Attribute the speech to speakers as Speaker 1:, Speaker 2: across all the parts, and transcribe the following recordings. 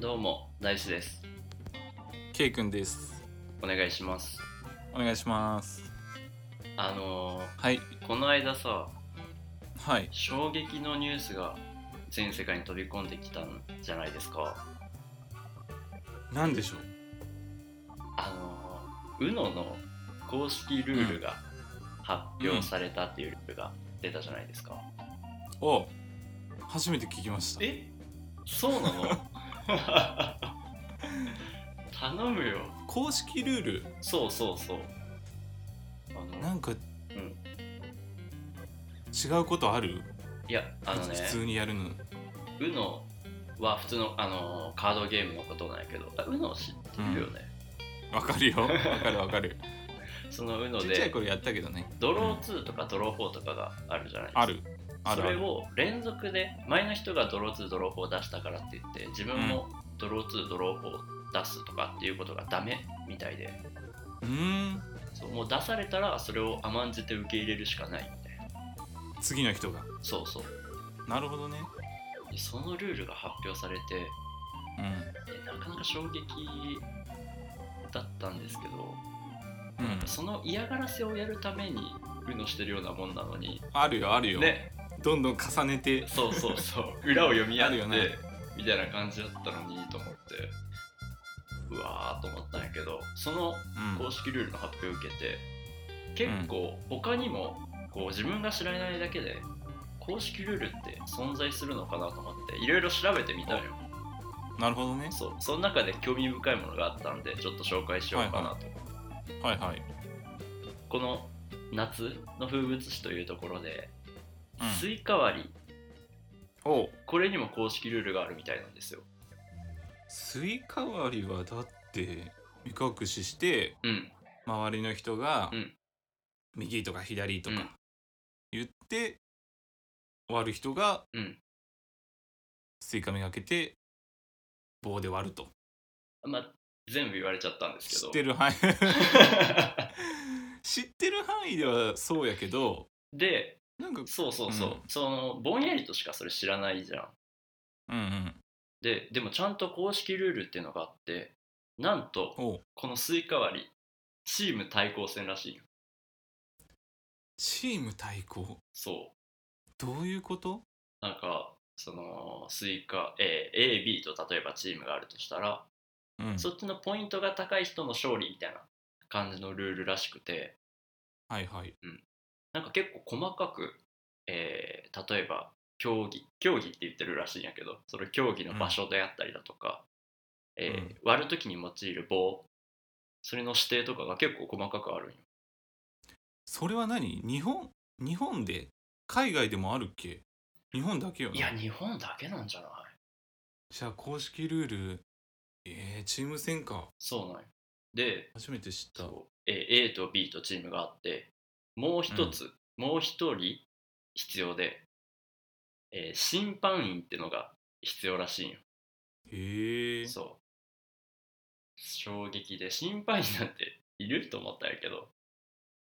Speaker 1: どうも、ダイスです。
Speaker 2: K 君です
Speaker 1: お願いします。
Speaker 2: お願いします
Speaker 1: あの
Speaker 2: はい
Speaker 1: ー、この間さ、
Speaker 2: はい
Speaker 1: 衝撃のニュースが全世界に飛び込んできたんじゃないですか。
Speaker 2: 何でしょう
Speaker 1: あのー、UNO の公式ルールが発表されたっていうルールが出たじゃないですか。
Speaker 2: お初めて聞きました
Speaker 1: えそうなの 頼むよ。
Speaker 2: 公式ルール
Speaker 1: そうそうそう。あ
Speaker 2: な
Speaker 1: の
Speaker 2: んか、
Speaker 1: ん
Speaker 2: 違うことある
Speaker 1: いや、あのね、
Speaker 2: 普通にやるの
Speaker 1: UNO は普通の、あのーカードゲームのことなんやけど、あ UNO 知ってるよね。
Speaker 2: わかるよわかるわかる
Speaker 1: その UNO
Speaker 2: ちっちゃい
Speaker 1: で、
Speaker 2: 頃やったけどね
Speaker 1: ドロー2とかドロー4とかがあるじゃないですか。
Speaker 2: あるあるあ
Speaker 1: それ
Speaker 2: る
Speaker 1: を連続で、前の人がドロー2、ドロー4出したからって言って、自分もドロー2、ドロー4出すとかっていうことがダメみたいで、
Speaker 2: うーん
Speaker 1: そうもう出されたらそれを甘んじて受け入れるしかないみたいな。
Speaker 2: 次の人が
Speaker 1: そうそう。
Speaker 2: なるほどね
Speaker 1: でそのルールが発表されて、えなかなか衝撃だったんですけど、
Speaker 2: うんうん
Speaker 1: その嫌がらせをやるために UNO してるようなもんなのに
Speaker 2: あるよあるよ、
Speaker 1: ね
Speaker 2: どんどん重ねて
Speaker 1: そうそう そう裏を読み合っ
Speaker 2: あ
Speaker 1: て、
Speaker 2: るよね
Speaker 1: みたいな感じだったのにと思ってうわーと思ったんやけどその
Speaker 2: うん
Speaker 1: 公式ルールの発表を受けて結構他にもこう自分が知らないだけで公式ルールって存在するのかなと思っていろいろ調べてみたのよ
Speaker 2: なるほどね
Speaker 1: そうその中で興味深いものがあったんでちょっと紹介しようかなと、
Speaker 2: はいはい、
Speaker 1: この夏の風物詩というところで、
Speaker 2: うん
Speaker 1: スイカ割り
Speaker 2: おう
Speaker 1: これにも公式ルールがあるみたいなんですよ
Speaker 2: スイカ割りはだって目隠しして
Speaker 1: うん
Speaker 2: 周りの人が
Speaker 1: うん
Speaker 2: 右とか左と
Speaker 1: う
Speaker 2: か
Speaker 1: ん
Speaker 2: 言って割る人が
Speaker 1: うん
Speaker 2: スイカめがけて棒で割ると
Speaker 1: まあ全部言われちゃったんですけ
Speaker 2: 知
Speaker 1: ど
Speaker 2: ってる範囲 知ってる範囲ではそうやけど
Speaker 1: で
Speaker 2: なんか
Speaker 1: そうそうそう、
Speaker 2: うん
Speaker 1: そのぼんやりとしかそれ知らないじゃん
Speaker 2: うんうん
Speaker 1: ででもちゃんと公式ルールっていうのがあってなんと
Speaker 2: おう
Speaker 1: このスイカ割りチーム対抗戦らしいよ
Speaker 2: チーム対抗
Speaker 1: そう
Speaker 2: どういうこと
Speaker 1: なんかそのスイカ、えー AB と例えばチームがあるとしたら
Speaker 2: うん
Speaker 1: そっちのポイントが高い人の勝利みたいな感じのルールらしくて
Speaker 2: はいはい
Speaker 1: なんか結構細かく、えー例えば競技競技って言ってるらしいんやけどその競技の場所であったりだとか、えー
Speaker 2: うん
Speaker 1: 割る時に用いる棒それの指定とかが結構細かくあるんよ
Speaker 2: それは何日本日本で海外でもあるっけ日本だけよない
Speaker 1: や日本だけなんじゃない
Speaker 2: じゃあ公式ルールえー、チーム戦か
Speaker 1: そうなんよで
Speaker 2: 初めて知った
Speaker 1: そう、えー A と B とチームがあってもう一つ、もう一人必要で、えー審判員ってのが必要らしいんよ
Speaker 2: へえ
Speaker 1: そう衝撃で審判員なんていると思ったんやけど、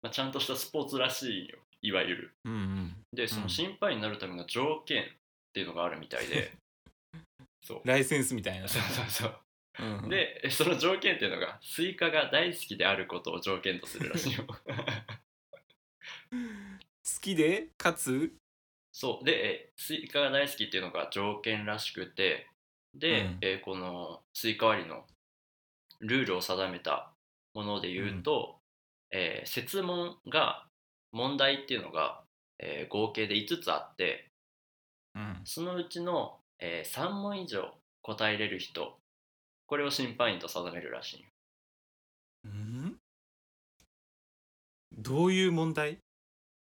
Speaker 1: まあ、ちゃんとしたスポーツらしいんよいわゆる
Speaker 2: うんうん
Speaker 1: でその審判員になるための条件っていうのがあるみたい で、そう
Speaker 2: ライセンスみたいな
Speaker 1: そうそう
Speaker 2: うん
Speaker 1: そ
Speaker 2: うん
Speaker 1: うでえその条件っていうのがスイカが大好きであることを条件とするらしいよ
Speaker 2: 好きでかつ
Speaker 1: そうでえスイカが大好きっていうのが条件らしくてで、
Speaker 2: うん
Speaker 1: えーこのスイカ割りのルールを定めたもので言うと、えー設問が問題っていうのが、えー合計で5つあって
Speaker 2: うん
Speaker 1: そのうちの、え3問以上答えれる人これを審判員と定めるらしいよ
Speaker 2: うんどういう問題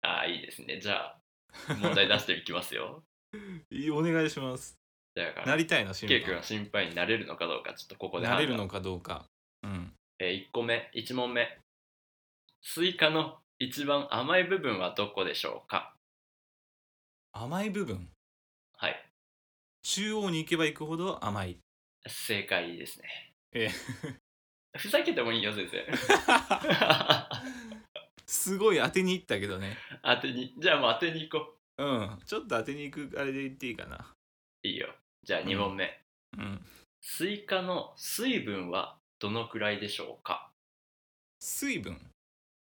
Speaker 1: ああいいですねじゃあ問題出していきます よ
Speaker 2: いお願いします
Speaker 1: だか
Speaker 2: な
Speaker 1: ら
Speaker 2: りたいな審
Speaker 1: K 君
Speaker 2: 判
Speaker 1: は審判員になれるのかどうかちょっとここで
Speaker 2: な
Speaker 1: 判
Speaker 2: れ
Speaker 1: 断
Speaker 2: るのかどうかうん
Speaker 1: えー、1個目1問目スイカの一番甘い部分はどこでしょうか
Speaker 2: 甘い部分
Speaker 1: はい
Speaker 2: 中央に行けば行くほど甘い
Speaker 1: 正解ですね
Speaker 2: え
Speaker 1: ふざけてもいいよ先生
Speaker 2: すごい当てに行ったけどね
Speaker 1: 当てにじゃあもう当てに行こ
Speaker 2: うんちょっと当てに行くあれで言っていいかな
Speaker 1: ういいよじゃあ2問目、
Speaker 2: うん
Speaker 1: スイカの水分はどのくらいでしょうか
Speaker 2: 水分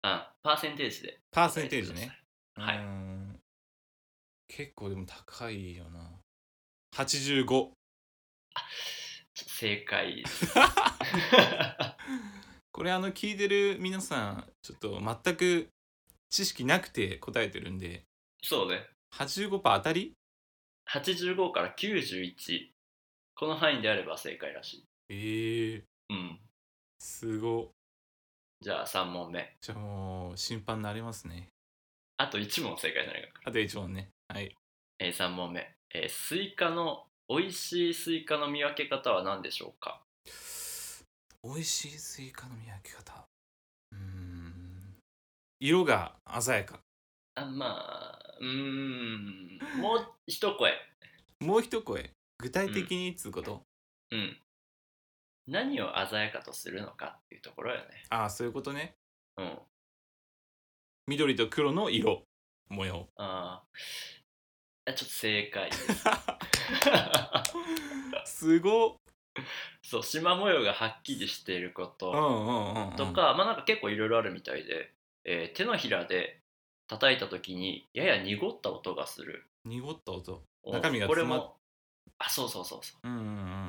Speaker 1: あパーセンテージで
Speaker 2: パーセンテージ
Speaker 1: 答えてくだ
Speaker 2: ね
Speaker 1: さいはい
Speaker 2: うん結構でも高いよな85
Speaker 1: 正解です
Speaker 2: これあの聞いてる皆さんちょっと全く知識なくて答えてるんで
Speaker 1: そうね
Speaker 2: 85%当たり
Speaker 1: 85から91この範囲であれば正解らしい
Speaker 2: ええ
Speaker 1: うん
Speaker 2: すご
Speaker 1: じゃあ3問目
Speaker 2: じゃあもう審判になれますね
Speaker 1: あと1問正解じゃないか、
Speaker 2: あと1問ねはい
Speaker 1: えー、3問目、えースイカの美味しいスイカの見分け方は何でしょうか
Speaker 2: 美味しいスイカの見分け方うーん色が鮮やか
Speaker 1: あまあうーんもう一声
Speaker 2: もう一声具体的にっつうこと、
Speaker 1: うん何を鮮やかとするのかっていうところよね
Speaker 2: ああそういうことね
Speaker 1: うん
Speaker 2: 緑と黒の色模様
Speaker 1: あーあちょっと正 解です
Speaker 2: すごっ
Speaker 1: そう縞模様がはっきりしているこ
Speaker 2: うん
Speaker 1: と
Speaker 2: うんうんうん
Speaker 1: とか、まあなんか結構いろいろあるみたいで、えー手のひらで叩いた時にやや濁った音がする
Speaker 2: 濁った音
Speaker 1: お
Speaker 2: 中身が
Speaker 1: これ
Speaker 2: 詰まっ
Speaker 1: もあそうそうそうそう
Speaker 2: うんうん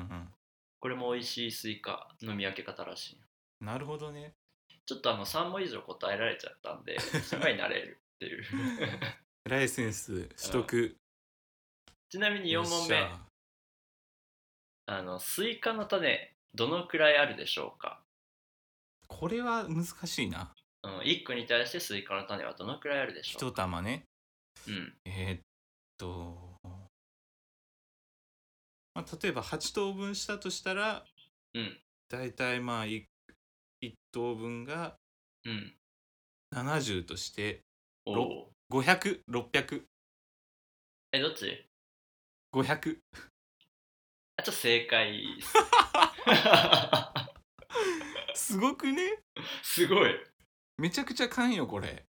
Speaker 2: うん
Speaker 1: これも美味しいスイカの見分け方らしいよ
Speaker 2: うんなるほどね
Speaker 1: ちょっとあの3問以上答えられちゃったん ですごい慣れるっていう
Speaker 2: ライセンス取得
Speaker 1: ちなみに4
Speaker 2: よ
Speaker 1: 問
Speaker 2: っし
Speaker 1: 目
Speaker 2: ゃ
Speaker 1: あのスイカの種どのくらいあるでしょうか、
Speaker 2: これは難しいな
Speaker 1: うん、1個に対してスイカの種はどのくらいあるでしょう
Speaker 2: 一玉ね
Speaker 1: うん
Speaker 2: えーっと、まあ、例えば8等分したとしたら、
Speaker 1: うん
Speaker 2: だいたいまあ 1, 等分が
Speaker 1: うん
Speaker 2: 70として
Speaker 1: お
Speaker 2: ろ
Speaker 1: お
Speaker 2: 500600
Speaker 1: えどっち
Speaker 2: 500
Speaker 1: あちょっと正解っ す
Speaker 2: すごくね
Speaker 1: すごい
Speaker 2: めちゃくちゃ勘よこれ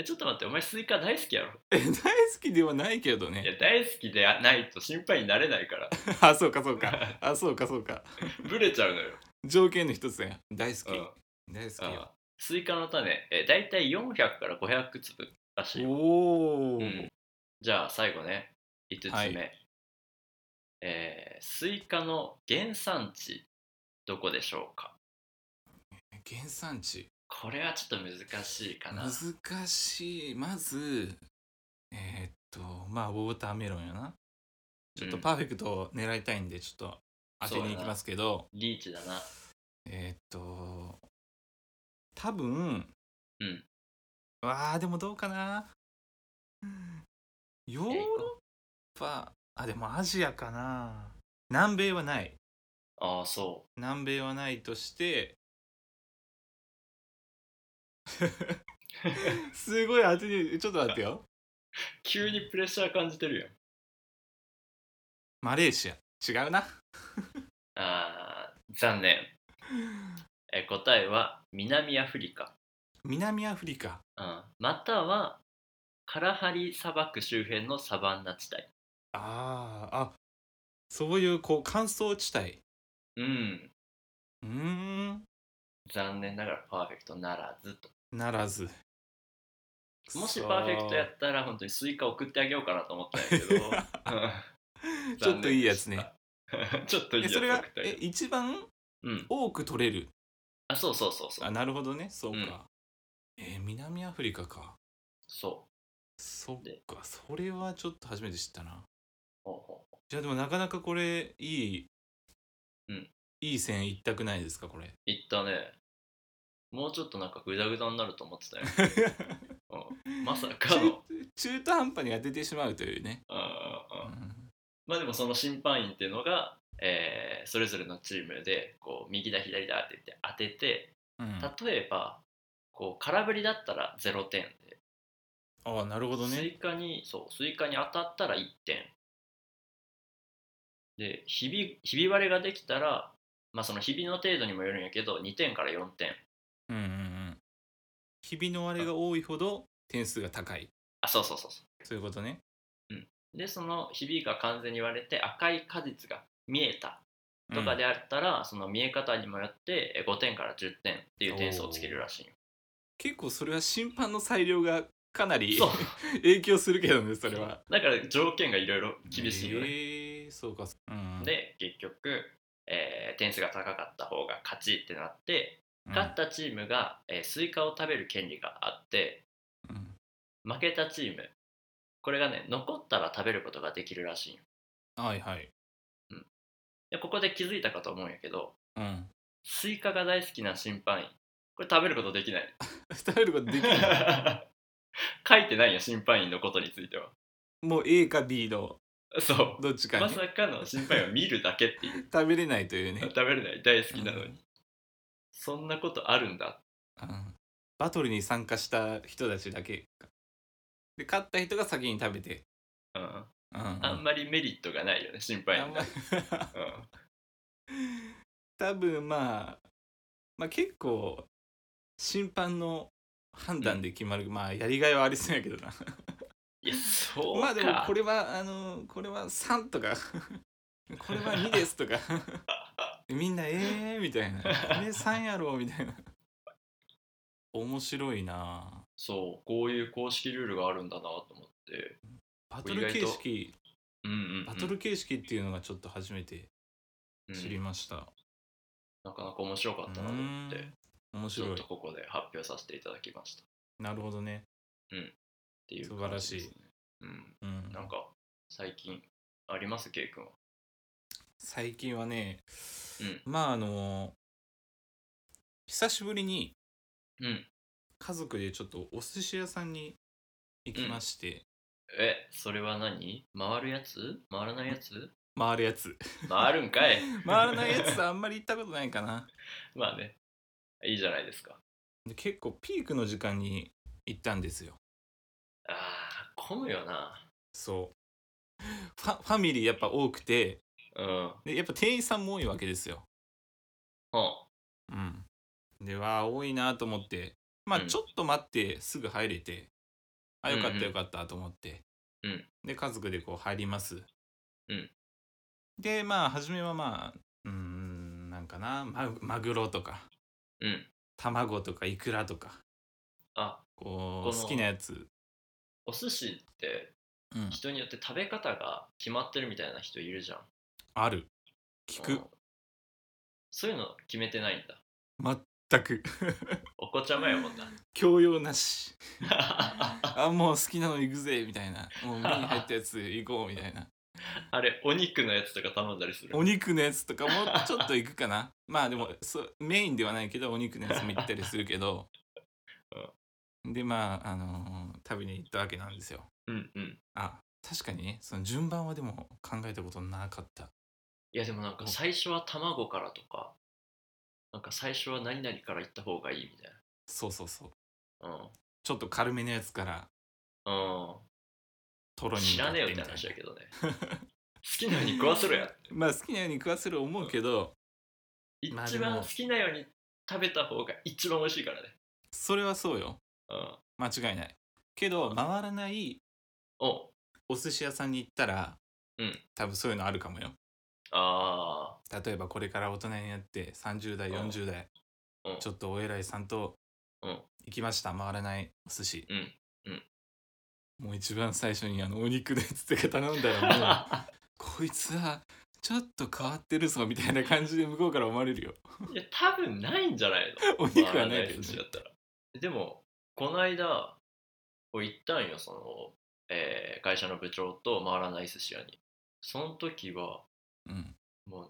Speaker 1: えちょっと待ってお前スイカ大好きやろ
Speaker 2: え大好きではないけど
Speaker 1: いや
Speaker 2: ね
Speaker 1: 大好きでないと心配になれないから
Speaker 2: あそうかそうかあそうかそうか
Speaker 1: ブレちゃうのよ、
Speaker 2: 条件の一つや大好き
Speaker 1: うん
Speaker 2: 大好き
Speaker 1: うん
Speaker 2: よ
Speaker 1: スイカの種、えー、大体400から500粒らしいよ、
Speaker 2: おお、
Speaker 1: うんじゃあ最後ね5つ目、
Speaker 2: はい
Speaker 1: えースイカの原産地どこでしょうか
Speaker 2: 原産地
Speaker 1: これはちょっと難しいかな
Speaker 2: 難しいまずえーっとまあウォーターメロンやなちょっと
Speaker 1: うん
Speaker 2: パーフェクトを狙いたいんでちょっと当てに行きますけど
Speaker 1: リーチだな
Speaker 2: えーっと多分
Speaker 1: うん
Speaker 2: わあでもどうかなヨーロッパあでもアジアかな南米はない
Speaker 1: ああそ
Speaker 2: 南米はないとして すごい当てにちょっと待ってよ
Speaker 1: う急にプレッシャー感じてるやん
Speaker 2: マレーシア違うな
Speaker 1: あー残念、えー答えは南アフリカ、
Speaker 2: 南アフリカ
Speaker 1: うん、またはカラハリ砂漠周辺のサバンナ地帯
Speaker 2: あーあそういうこう乾燥地帯
Speaker 1: うん
Speaker 2: うーん
Speaker 1: 残念ながらパーフェクトならずと
Speaker 2: ならず
Speaker 1: もしパーフェクトや
Speaker 2: く
Speaker 1: ったら本当にスイカ送そってあげようかなと思ったんやけど うん
Speaker 2: ちょっといいやつね
Speaker 1: 残念でしたちょっといい
Speaker 2: え
Speaker 1: やつ
Speaker 2: それが
Speaker 1: 送ってあげ
Speaker 2: え
Speaker 1: る
Speaker 2: 一番
Speaker 1: うん
Speaker 2: 多く取れる
Speaker 1: あそうそうそうそ
Speaker 2: あ
Speaker 1: う
Speaker 2: なるほどねそう
Speaker 1: うん
Speaker 2: か、えー南アフリカか
Speaker 1: そう
Speaker 2: そっ
Speaker 1: で
Speaker 2: かそれはちょっと初めて知ったな
Speaker 1: ほうほう
Speaker 2: じゃあでもなかなかこれいい、
Speaker 1: うん、
Speaker 2: いい線いったくないですかこれ
Speaker 1: いったねもうちょっとなんかグダグダになると思ってたよ、 うん、まさか
Speaker 2: 中
Speaker 1: の
Speaker 2: 中途半端に当ててしまうというね、
Speaker 1: あーあー
Speaker 2: うん
Speaker 1: まあでもその審判員っていうのが、えーそれぞれのチームでこう右だ左だって言って
Speaker 2: うん
Speaker 1: 当
Speaker 2: あ
Speaker 1: てて例えばこう空振りだったら0点で、
Speaker 2: あなるほど
Speaker 1: ス
Speaker 2: ね
Speaker 1: イカにそうスイカに当たったら1点でひびひび割れができたら、まあ、そのひびの程度にもよるんやけど2点から4点
Speaker 2: うんうんうんひびの割れが多いほど点数が高い
Speaker 1: あそうそうそうそ
Speaker 2: そういうことね
Speaker 1: うでそのひびが完全に割れて赤い果実が見えたとかであったら、その見え方にもよってえー5点から10点っていう点数をつけるらしいよ
Speaker 2: 結構それは審判の裁量がかなり
Speaker 1: そう
Speaker 2: 影響するけどね それは
Speaker 1: だから条件がいろいろ厳しいよね、
Speaker 2: えーそうか、うん、
Speaker 1: で結局、えー点数が高かった方が勝ちってなって
Speaker 2: うん
Speaker 1: 勝ったチームが、えースイカを食べる権利があって
Speaker 2: うん
Speaker 1: 負けたチームこれがね残ったら食べることができるらしいよ
Speaker 2: はいはい
Speaker 1: でここで気づいたかと思うんやけど
Speaker 2: うん、
Speaker 1: スイカが大好きな審判員これ食べることできない
Speaker 2: 食べることできない
Speaker 1: 書いてないよ審判員のことについては
Speaker 2: もう A か B の
Speaker 1: そう
Speaker 2: どっちか
Speaker 1: ま
Speaker 2: に
Speaker 1: さかの審判員は見るだけっていう
Speaker 2: 食べれないというね
Speaker 1: 食、べれない大好きなのに、そんなことあるんだ
Speaker 2: うんバトルに参加した人たちだけかで勝った人が先に食べて、
Speaker 1: うん
Speaker 2: うんうん
Speaker 1: あんまりメリットがないよね審判
Speaker 2: あ
Speaker 1: 員
Speaker 2: ん
Speaker 1: が
Speaker 2: ま 多分まあまあ結構審判の判断で決まる、まあやりがいはありそうやけどない
Speaker 1: やそうか
Speaker 2: まあでもこれはあのこれは3とか これは2ですとか みんなええー、みたいなあれ3やろみたいな面白いな
Speaker 1: そうこういう公式ルールがあるんだなと思って
Speaker 2: バトル形式
Speaker 1: うんうんうん、
Speaker 2: バトル形式っていうのがちょっと初めて
Speaker 1: うん
Speaker 2: 知りました、
Speaker 1: なかなか面白かったなと思って
Speaker 2: うん面
Speaker 1: ちょ
Speaker 2: 白
Speaker 1: っと
Speaker 2: い
Speaker 1: ここで発表させていただきましたっ
Speaker 2: なるほどね
Speaker 1: ていう
Speaker 2: 素晴らし
Speaker 1: 感
Speaker 2: い
Speaker 1: じですね
Speaker 2: う
Speaker 1: うんんなんか最近ありますケイ君は
Speaker 2: 最近はね、まああの久しぶりに
Speaker 1: うん
Speaker 2: 家族でちょっとお寿司屋さんに行きまして、
Speaker 1: えそれは何回るやつ回らないやつ
Speaker 2: 回る やつ
Speaker 1: 回るんかい
Speaker 2: 回らないやつあんまり行ったことないかな
Speaker 1: まあねいいじゃないですか
Speaker 2: で結構ピークの時間に行ったんですよ
Speaker 1: あー混むよな
Speaker 2: そうファファミリーやっぱ多くて
Speaker 1: うん
Speaker 2: でやっぱ店員さんも多いわけですよ
Speaker 1: ほ
Speaker 2: うんでわあ多いなと思ってまあ
Speaker 1: うん
Speaker 2: ちょっと待ってすぐ入れて、あよかっ
Speaker 1: うんうん
Speaker 2: たよかったと思って、
Speaker 1: うん
Speaker 2: で家族でこう入ります、
Speaker 1: うん
Speaker 2: でまあ初めはまあうーんなんかなマグマグロとか
Speaker 1: ううん
Speaker 2: 卵とかイクラとか
Speaker 1: あ
Speaker 2: こ
Speaker 1: この
Speaker 2: う好きなやつ、
Speaker 1: お寿司って
Speaker 2: うん、
Speaker 1: 人によって食べ方が決まってるみたいな人いるじゃん
Speaker 2: ある聞
Speaker 1: う
Speaker 2: く
Speaker 1: んそういうの決めてないんだ
Speaker 2: 全く
Speaker 1: お子ちゃまやもん な
Speaker 2: 教養なしあもう好きなの行くぜみたいなもう目に入ったやつ行こうみたいな
Speaker 1: あれお肉のやつとか頼んだりする
Speaker 2: お肉のやつとかもうちょっといくかな まあでもそうメインではないけどお肉のやつも行ったりするけど、でまああのー食べに行ったわけなんですよ
Speaker 1: うんうん
Speaker 2: あ確かにねその順番はでも考えたことなかった
Speaker 1: いやでもなんか最初は卵からとかなんか最初は何々から行った方がいいみたい
Speaker 2: そうそうそう
Speaker 1: なうん
Speaker 2: ちょっと軽めのやつから
Speaker 1: う
Speaker 2: トロ
Speaker 1: ん、
Speaker 2: に
Speaker 1: 知らねえよっ
Speaker 2: み
Speaker 1: て
Speaker 2: たいな
Speaker 1: 話だけどね好きなように食わせろや
Speaker 2: まあ好きなように食わせる思うけど
Speaker 1: 一
Speaker 2: まあでも
Speaker 1: 番好きなように食べた方が一番美味しいからね
Speaker 2: それはそうよ
Speaker 1: うん
Speaker 2: 間違いないけど回らない
Speaker 1: お
Speaker 2: お寿司屋さんに行ったら、
Speaker 1: うん
Speaker 2: 多分そういうのあるかもよ
Speaker 1: あ
Speaker 2: 例えばこれから大人になって30代
Speaker 1: うん
Speaker 2: 40代、
Speaker 1: うん
Speaker 2: ちょっとお偉いさんと
Speaker 1: うん
Speaker 2: 行きました回らないお寿司、
Speaker 1: うんうん
Speaker 2: もう一番最初にあのお肉のやつとか頼んだらもう
Speaker 1: あ
Speaker 2: こいつはちょっと変わってるぞみたいな感じで向こうから思われる よ
Speaker 1: いや多分ないんじゃないの
Speaker 2: お肉はない
Speaker 1: 回ら
Speaker 2: け
Speaker 1: 寿
Speaker 2: ど、
Speaker 1: 司
Speaker 2: ね
Speaker 1: だ、ったらでもこの間こう行ったんよその、えー会社の部長と回らない寿司屋にその時は
Speaker 2: うん
Speaker 1: も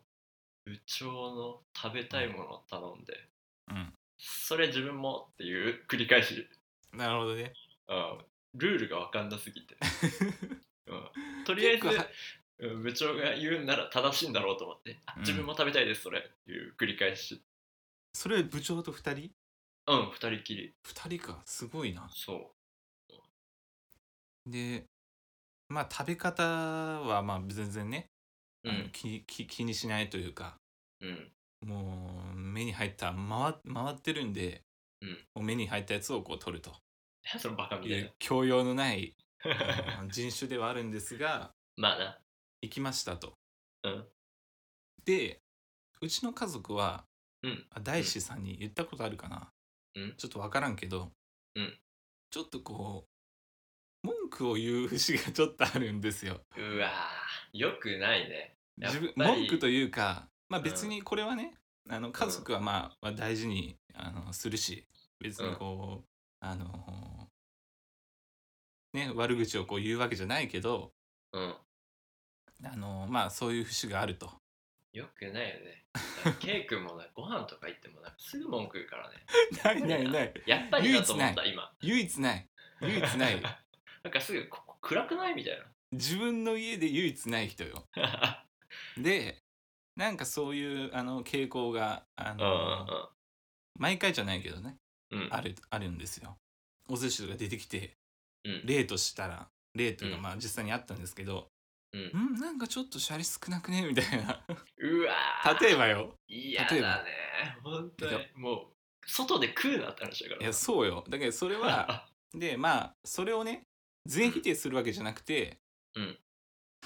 Speaker 1: う部長の食べたいものを頼んで、
Speaker 2: うん
Speaker 1: それ自分もっていう繰り返し
Speaker 2: なるほどね
Speaker 1: うんルールが分かんなす ぎて、うん、とりあえ
Speaker 2: 結構は
Speaker 1: ずうん部長が言うんなら正しいんだろうと思って、あ
Speaker 2: うん
Speaker 1: 自分も食べたいですそれっていう繰り返し
Speaker 2: それ部長と2人
Speaker 1: うん二人きり
Speaker 2: ?2 人かすごいな
Speaker 1: そ
Speaker 2: でまあ食べ方はまあ全然ね、
Speaker 1: うう
Speaker 2: あの
Speaker 1: ん
Speaker 2: 気気気にしないというか
Speaker 1: うん
Speaker 2: もう目に入った回回ってるんで、
Speaker 1: うん
Speaker 2: もう目に入ったやつをこう取ると
Speaker 1: 何そのバカみ
Speaker 2: い
Speaker 1: たいう
Speaker 2: 教養のない
Speaker 1: な
Speaker 2: あの人種ではあるんですが
Speaker 1: まあな
Speaker 2: 行きましたと。
Speaker 1: うん
Speaker 2: でうちの家族は、
Speaker 1: うん
Speaker 2: あ大志さんに言ったことあるかな、
Speaker 1: うん
Speaker 2: ちょっと分からんけど、
Speaker 1: うん
Speaker 2: ちょっとこう文句を言う節がちょっとあるんですよ。
Speaker 1: うわーよくないねやっぱ
Speaker 2: 自
Speaker 1: り
Speaker 2: 分文句というか、まあ、別にこれはね、あの家族はまあまあ大事にあのするし別にこう、あのね、悪口をこう言うわけじゃないけど、
Speaker 1: うん
Speaker 2: あのまあ、そういう節がある と。
Speaker 1: よくないよ ねケイ君もなご飯とか行ってもなんかすぐ文句言う からね
Speaker 2: ないないない
Speaker 1: やっぱりだと思った今
Speaker 2: 唯一ない唯一 ない
Speaker 1: なんかすぐここ暗くないみたい
Speaker 2: 自分の家で唯一ない人よ。
Speaker 1: な
Speaker 2: でなんかそういうあの傾向が あ
Speaker 1: うんう
Speaker 2: の、毎回じゃないけどね
Speaker 1: んうんうん
Speaker 2: あるあるんですよ。お寿司とか出てきて
Speaker 1: うん
Speaker 2: 例としたら例というか
Speaker 1: うん
Speaker 2: まあ実際にあったんですけど、
Speaker 1: うん
Speaker 2: ん、なんかちょっとシャリ少なくね みたい な
Speaker 1: うわー
Speaker 2: 例えばよ
Speaker 1: 嫌
Speaker 2: 例え
Speaker 1: だ
Speaker 2: ば
Speaker 1: ね本当にもう外で食うなって話だか
Speaker 2: い
Speaker 1: ら
Speaker 2: やそうよだけどそ れはでまあそれをね全否定するわけじゃなくて、
Speaker 1: うん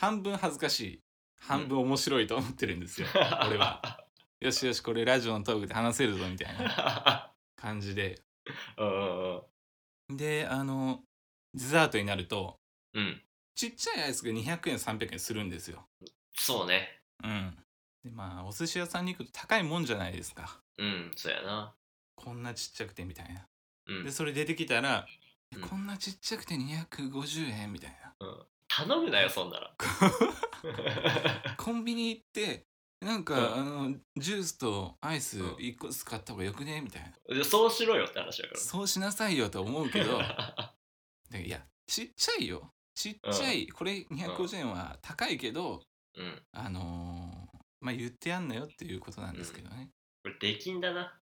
Speaker 2: 半分恥ずかしい半分面白いと思ってるんですよ、俺は よしよしこれラジオのトークで話せるぞみたいな感じで
Speaker 1: うんうんうん
Speaker 2: であのデザートになると
Speaker 1: うん
Speaker 2: ちっちゃいアイスが200円300円するんですよ
Speaker 1: そうね
Speaker 2: うんでまあお寿司屋さんに行くと高いもんじゃないですか
Speaker 1: うんそうやな
Speaker 2: こんなちっちゃくてみたいな
Speaker 1: うん
Speaker 2: でそれ出てきたら、
Speaker 1: うん
Speaker 2: こんなちっちゃくて250円みたいな
Speaker 1: 頼むなよそんな ら
Speaker 2: コンビニ行ってなんか、
Speaker 1: うん
Speaker 2: あのジュースとアイ
Speaker 1: う
Speaker 2: ス
Speaker 1: ん
Speaker 2: 1個ずつ買った方がよくねみたいな、
Speaker 1: でそうしろよって話だから
Speaker 2: そうしなさいよとは思う けどでいやちっちゃいよちっちゃい、これ250円は高いけど、
Speaker 1: うん
Speaker 2: あのーまあ言ってやんなよっていうことなんですけどね、
Speaker 1: これできんだな、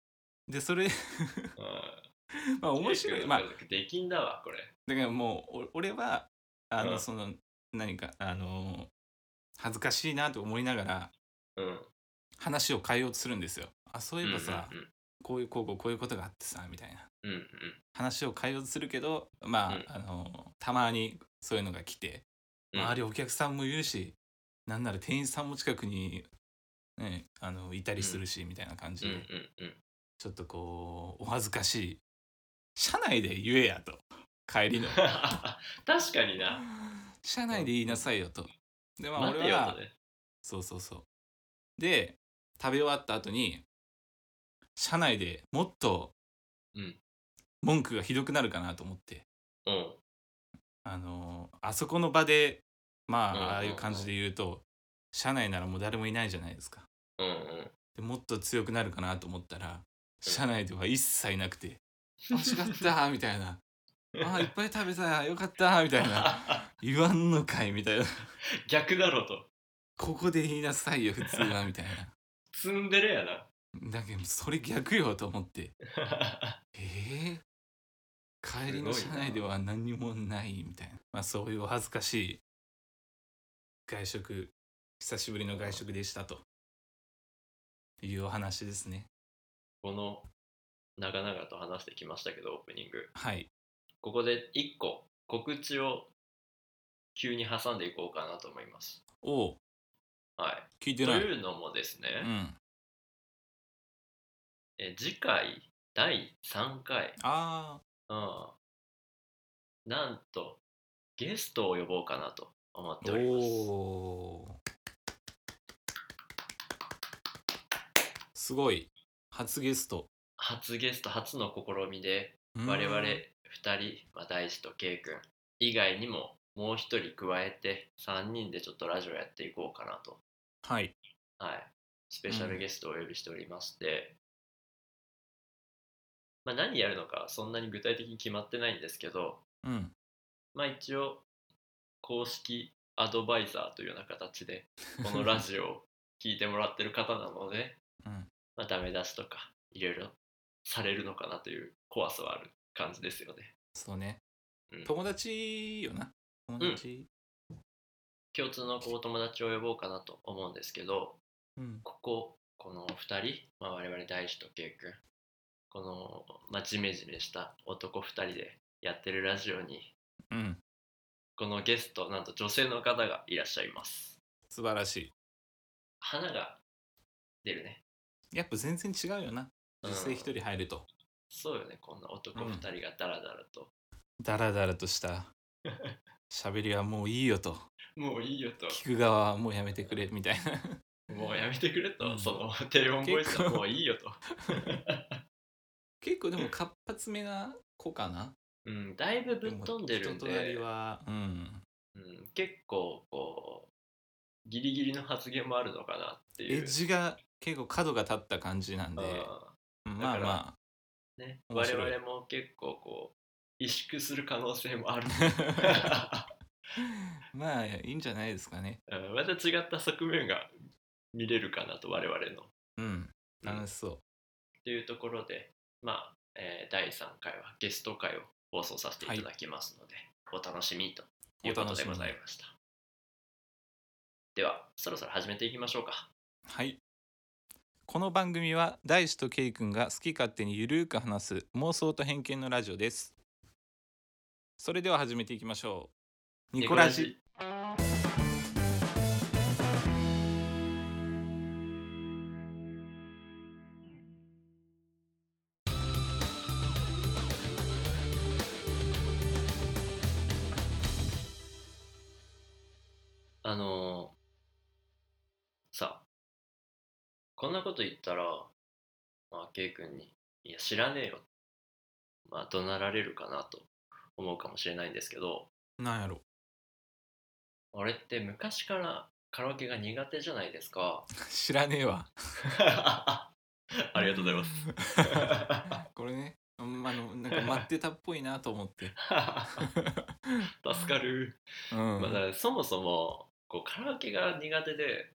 Speaker 2: でそれ
Speaker 1: う ん、
Speaker 2: まあ面白いまあ
Speaker 1: できんだわこれ
Speaker 2: だからもうお俺はあの、
Speaker 1: うん
Speaker 2: その何かあのー恥ずかしいなと思いながら
Speaker 1: うん
Speaker 2: 話を変えようとするんですよあそういえばさ、
Speaker 1: うん
Speaker 2: こういうこうこうこういうことがあってさみたいな
Speaker 1: うんうん
Speaker 2: 話を変えようとするけどまあ,、
Speaker 1: うん
Speaker 2: あのたまにそういうのが来て
Speaker 1: うん
Speaker 2: 周りお客さんもいるし、なんなら店員さんも近くに、ね、あのいたりするし、みたいな感じ
Speaker 1: うん
Speaker 2: で、
Speaker 1: うんうん
Speaker 2: ちょっとこうお恥ずかしい社内で言えやと帰りの
Speaker 1: 確かにな
Speaker 2: 社内で言いなさいよと。でまあ
Speaker 1: 待て
Speaker 2: 俺
Speaker 1: よ
Speaker 2: は
Speaker 1: とね
Speaker 2: そうそうそう。で食べ終わった後に社内でもっと
Speaker 1: うん
Speaker 2: 文句がひどくなるかなと思って。
Speaker 1: うん
Speaker 2: あのーあそこの場でま
Speaker 1: うんうんうん
Speaker 2: あああいう感じで言うと社内ならもう誰もいないじゃないですか
Speaker 1: うんうん
Speaker 2: でもっと強くなるかなと思ったら社内では一切な くて「あ違った」みたいな「あいっぱい食べたよかった」みた いな「言わんのかい」みたいな
Speaker 1: 逆だろうと
Speaker 2: 「ここで言いなさいよ普通は」みたい
Speaker 1: ツンデレやな
Speaker 2: なだけどそれ逆よと思ってえー、帰りの
Speaker 1: す
Speaker 2: 社
Speaker 1: ごいな
Speaker 2: 内では何もないみたいなまあ、そういうお恥ずかしい外食久しぶりの外食でしたというお話ですね
Speaker 1: この長々と話してきましたけどオープニング
Speaker 2: はい
Speaker 1: ここで一個告知を急に挟んでいこうかなと思います
Speaker 2: おう
Speaker 1: は
Speaker 2: 聞い
Speaker 1: い
Speaker 2: て
Speaker 1: と
Speaker 2: ない
Speaker 1: いうのもですね、
Speaker 2: うん
Speaker 1: え次回第3回、
Speaker 2: あ
Speaker 1: うん、なんとゲストを呼ぼうかなと思って
Speaker 2: ー
Speaker 1: おります
Speaker 2: おーすごい初ゲスト
Speaker 1: 初ゲスト初の試みで
Speaker 2: うん
Speaker 1: 我々2人、まあ、大志と K 君以外にももう1人加えて3人でちょっとラジオやっていこうかなと、
Speaker 2: はい
Speaker 1: はい、スペシャルゲストをお呼びしておりまして、まあ、何やるのかそんなに具体的に決まってないんですけど、
Speaker 2: うん
Speaker 1: まあ一応公式アドバイザーというような形でこのラジオを聞いてもらってる方なので、
Speaker 2: うん
Speaker 1: まあ、ダメ出しとかいろいろされるのかなという怖さはある感じですよね
Speaker 2: そうね、
Speaker 1: うん
Speaker 2: 友達よな友達
Speaker 1: 共通のこう友達を呼ぼうかなと思うんですけど
Speaker 2: うん
Speaker 1: こここの2人、まあ、我々大志と圭君この、まあ、ジメジメした男2人でやってるラジオに
Speaker 2: うん、
Speaker 1: このゲストなんと女性の方がいらっしゃいます
Speaker 2: 素晴らしい
Speaker 1: 花が出るね、
Speaker 2: やっぱ全然違うよな
Speaker 1: うん
Speaker 2: 女性一人入ると、
Speaker 1: そうよねこんな男2人がダラダラと、
Speaker 2: ダラダラとした喋りはもういいよと
Speaker 1: もういいよと
Speaker 2: 聞く側はもうやめてくれみたいな
Speaker 1: もうやめてくれと、
Speaker 2: うん
Speaker 1: その低音ボイスは
Speaker 2: 結構
Speaker 1: もういいよと、
Speaker 2: 結構でも活発めな子かな
Speaker 1: うん、だいぶぶっ飛んでるん
Speaker 2: 人となり
Speaker 1: で、
Speaker 2: はうん
Speaker 1: うん、結構こうギリギリの発言もあるのかなってい
Speaker 2: エ
Speaker 1: う
Speaker 2: ッジが結構角が立った感じなんで
Speaker 1: う
Speaker 2: うんまあ
Speaker 1: だ
Speaker 2: ま
Speaker 1: んね、
Speaker 2: 面
Speaker 1: 我
Speaker 2: 白い
Speaker 1: 々も結構こう萎縮する可能性もあ る、
Speaker 2: あまあいいんじゃないですかね
Speaker 1: うん、また違った側面が見れるかなと我々の
Speaker 2: うん
Speaker 1: うん
Speaker 2: 楽しそう、
Speaker 1: というところで、まあえー第3回はゲスト会を放送させていただきますので、お楽しみということでございました。では、そろそろ始めていきましょうか。
Speaker 2: はいこの番組は大志とケイ君が好き勝手にゆるーく話す妄想と偏見のラジオですそれでは始めていきましょうニコラジ
Speaker 1: あのーさあこんなこと言ったらまあ K 君に「いや知らねえよ」まあ怒鳴られるかなと思うかもしれないんですけど
Speaker 2: なんやろ
Speaker 1: 俺って昔からカラオケが苦手じゃないですか
Speaker 2: 知らねえわ
Speaker 1: ありがとうございます
Speaker 2: これねうんあのなんか待ってたっぽいなと 思って、
Speaker 1: 助かる、
Speaker 2: うん
Speaker 1: まあ、だからそもそもこうカラオケが苦手で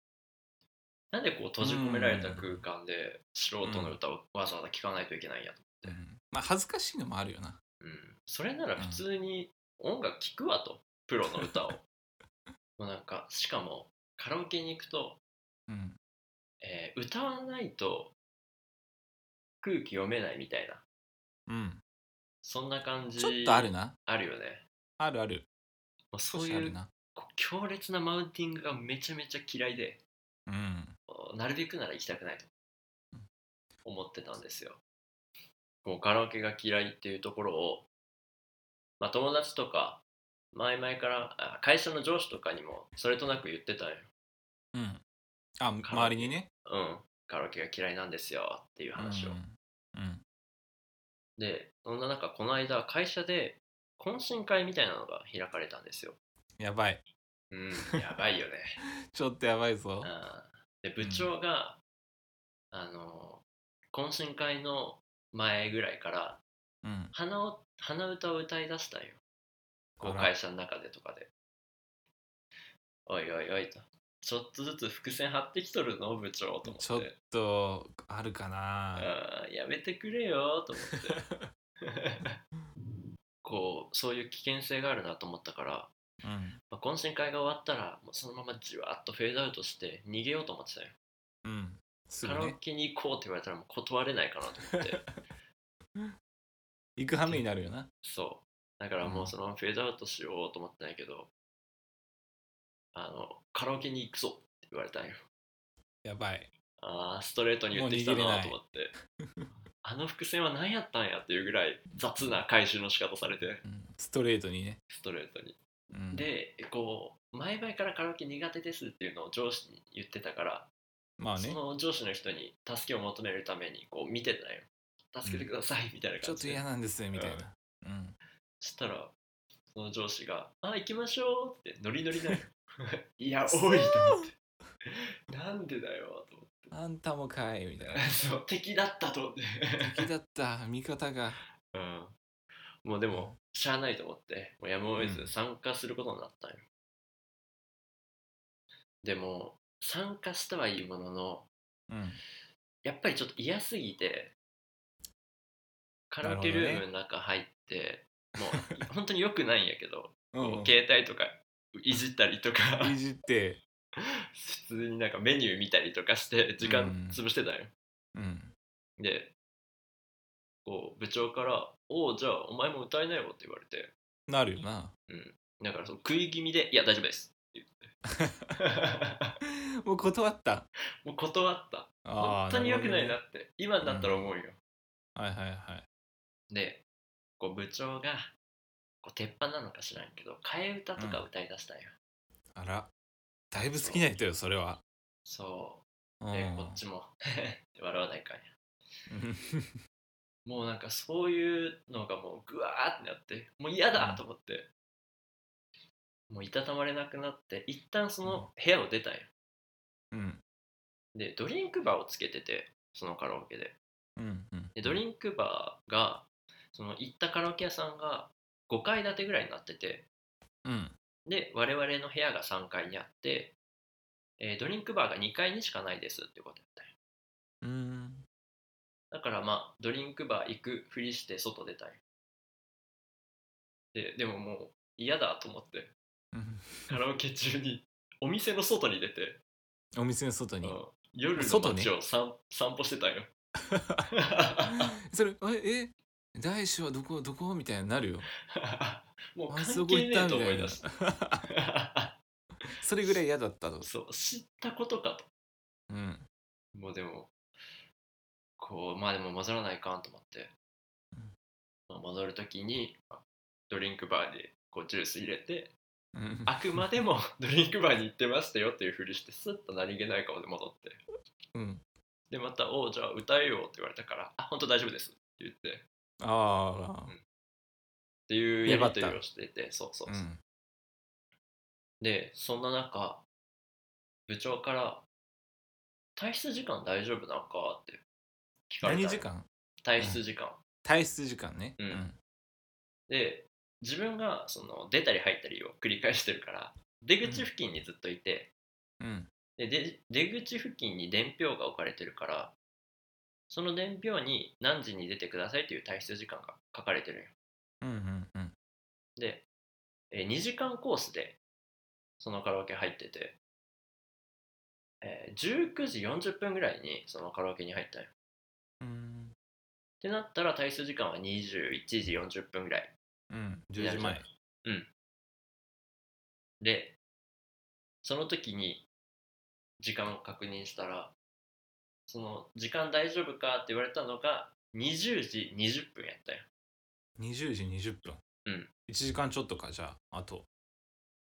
Speaker 1: なんでこう閉じ込められた空間で素人の歌をわざわざ聴かないといけないんやと、
Speaker 2: うんまあ恥ずかしいのもあるよな
Speaker 1: うん、それなら普通に音楽聴くわとプロの 歌をもうなんかしかもカラオケに行くと、
Speaker 2: うん
Speaker 1: えー歌わないと空気読めないみたいな
Speaker 2: うん
Speaker 1: そんな感じ
Speaker 2: ちょっとあるな
Speaker 1: あるよね
Speaker 2: あるある
Speaker 1: もうそ
Speaker 2: 少
Speaker 1: う
Speaker 2: しあ
Speaker 1: い
Speaker 2: る
Speaker 1: う
Speaker 2: な
Speaker 1: こう強烈なマウンティングがめちゃめちゃ嫌いで
Speaker 2: うん
Speaker 1: なるべくなら行きたくないと思ってたんですよ。もうカラオケが嫌いっていうところを、まあ、友達とか前々からあ会社の上司とかにもそれとなく言ってたんよ。
Speaker 2: うんあ周りにね
Speaker 1: うん、カラオケが嫌いなんですよっていう話を。
Speaker 2: うんうん
Speaker 1: で、そんな中、この間会社で懇親会みたいなのが開かれたんですよ。
Speaker 2: やばい
Speaker 1: うん、やばいよね。
Speaker 2: ちょっとやばいぞ
Speaker 1: うんで部長が、あの懇親会の前ぐらいから
Speaker 2: うん
Speaker 1: 鼻を鼻歌を歌い出したんよこう
Speaker 2: あら
Speaker 1: 会社の中でとかで「おいおいおい」と「ちょっとずつ伏線張ってきとるの部長」と思って
Speaker 2: ちょっとあるかな
Speaker 1: うんやめてくれよと思って こうそういう危険性があるなと思ったから、
Speaker 2: うん
Speaker 1: まあ、懇親会が終わったらもうそのままじわっとフェードアウトして逃げようと思ってたよ
Speaker 2: うんすぐ
Speaker 1: カラオ
Speaker 2: ね
Speaker 1: ケに行こうって言われたらもう断れないかなと思って
Speaker 2: 行く羽目になるよな
Speaker 1: そうだからもうそのままフェードアウトしようと思ってないけど、あのカラオケに行くぞって言われたんよ
Speaker 2: やばい
Speaker 1: ああストレートに言ってきたなと
Speaker 2: も
Speaker 1: 思
Speaker 2: う逃
Speaker 1: っ
Speaker 2: げれ
Speaker 1: て
Speaker 2: な
Speaker 1: あの伏線は何やったんやっていうぐらい雑な回収の仕方されて
Speaker 2: うんストレートにね
Speaker 1: ストレートに、
Speaker 2: うん
Speaker 1: でこう前々からカラオケ苦手ですっていうのを上司に言ってたから
Speaker 2: まあ
Speaker 1: そ
Speaker 2: ね
Speaker 1: の上司の人に助けを求めるためにこう見てたよ助けてくださいみたいな
Speaker 2: ちょ
Speaker 1: 感
Speaker 2: っ
Speaker 1: じ
Speaker 2: と
Speaker 1: で、
Speaker 2: 嫌なんですみたいなうん
Speaker 1: そしたらその上司が「あ行きましょう」ってノリノリだ よいや
Speaker 2: そう
Speaker 1: 多いと思って なんでだよと思っ
Speaker 2: あんたもかいみたい
Speaker 1: て そう敵だったと思って、
Speaker 2: な敵だった味方が
Speaker 1: うん、もうでもしゃあないと思ってもうやむを得
Speaker 2: う
Speaker 1: ず
Speaker 2: ん
Speaker 1: 参加することになったんよ、でも参加したはいいものの
Speaker 2: うん
Speaker 1: やっぱりちょっと嫌すぎてカラオケルームの中入って、もう本当に良くないんやけど、
Speaker 2: うん
Speaker 1: こう携帯とかいじったりとか
Speaker 2: いじって
Speaker 1: 普通になんかメニュー見たりとかして時間潰してたよ、
Speaker 2: うん
Speaker 1: でこう部長から「おおじゃあお前も歌いなよ」って言われて
Speaker 2: なるよな
Speaker 1: だからその食い気味で「いや大 丈夫です」って言って
Speaker 2: もう断った
Speaker 1: もう断った本当に良くないな
Speaker 2: は
Speaker 1: って今になったら思うよ、
Speaker 2: いはいはい
Speaker 1: でこう部長がこう鉄板なのか知らんけど替え歌とか歌いだしたんよ、
Speaker 2: あらだいぶ好きな人よそれは
Speaker 1: そううでこっ
Speaker 2: ん
Speaker 1: ちも って笑わないかんやもうなんかそういうのがもうグワーってなってもう嫌だと思って、もういたたまれなくなって一旦その部屋を出たんよ
Speaker 2: うん
Speaker 1: でドリンクバーをつけててそのカラオケで
Speaker 2: うんうん
Speaker 1: でドリンクバーがその行ったカラオケ屋さんが5階建てぐらいになってて
Speaker 2: うん
Speaker 1: で我々の部屋が3階にあって、えードリンクバーが2階にしかないですってことだったんよ
Speaker 2: うん
Speaker 1: だからまあドリンクバー行くふりして外出たいででももう嫌だと思って
Speaker 2: うん
Speaker 1: カラオケ中にお店の外に出て、
Speaker 2: お店の外に
Speaker 1: うん夜の
Speaker 2: 外ね
Speaker 1: 街を散,、散歩してたんよ
Speaker 2: それええ大志はどこどこみたいになるよ
Speaker 1: もう
Speaker 2: あ
Speaker 1: 関
Speaker 2: そこ
Speaker 1: 係
Speaker 2: 行っ
Speaker 1: ね
Speaker 2: た
Speaker 1: えと
Speaker 2: み
Speaker 1: 思
Speaker 2: た
Speaker 1: い
Speaker 2: い
Speaker 1: 出
Speaker 2: な
Speaker 1: し
Speaker 2: それぐらい嫌だった と
Speaker 1: そう知ったことかと
Speaker 2: うん
Speaker 1: もうでもこうまあでも混ざらないかんと思って、
Speaker 2: うん
Speaker 1: まあ、戻るときにまあドリンクバーでこうジュース入れて
Speaker 2: うん
Speaker 1: あくまでも ドリンクバーに行ってましたよっていうふりしてスッと何気ない顔で戻って
Speaker 2: うん
Speaker 1: でまた「おうじゃあ歌えよ」って言われたから「あ本当大丈夫です」って言ってっ
Speaker 2: あ
Speaker 1: ていうやり取りをしててそうそう
Speaker 2: あ
Speaker 1: そうう、
Speaker 2: ん
Speaker 1: でそんな中部長から「退出時間大丈夫なんか?」って聞かれた
Speaker 2: 何
Speaker 1: の
Speaker 2: 時間
Speaker 1: 退出時間
Speaker 2: 体質時間ね
Speaker 1: うんで自分がその出たり入ったりを繰り返してるから出口付近にずっといて、
Speaker 2: うん
Speaker 1: でで出口付近に伝票が置かれてるからその伝票に何時に出てくださいという退出時間が書かれてるんよ
Speaker 2: うんうんうん
Speaker 1: で、え2時間コースでそのカラオケ入ってて、えー19時40分ぐらいにそのカラオケに入ったんよ
Speaker 2: うん
Speaker 1: ってなったら退出時間は21時40分ぐらい
Speaker 2: うん10時前
Speaker 1: でその時に時間を確認したらその時間大丈夫かって言われたのが20時20分やったよ
Speaker 2: 20時20分
Speaker 1: うん
Speaker 2: 1時間ちょっとかじゃああと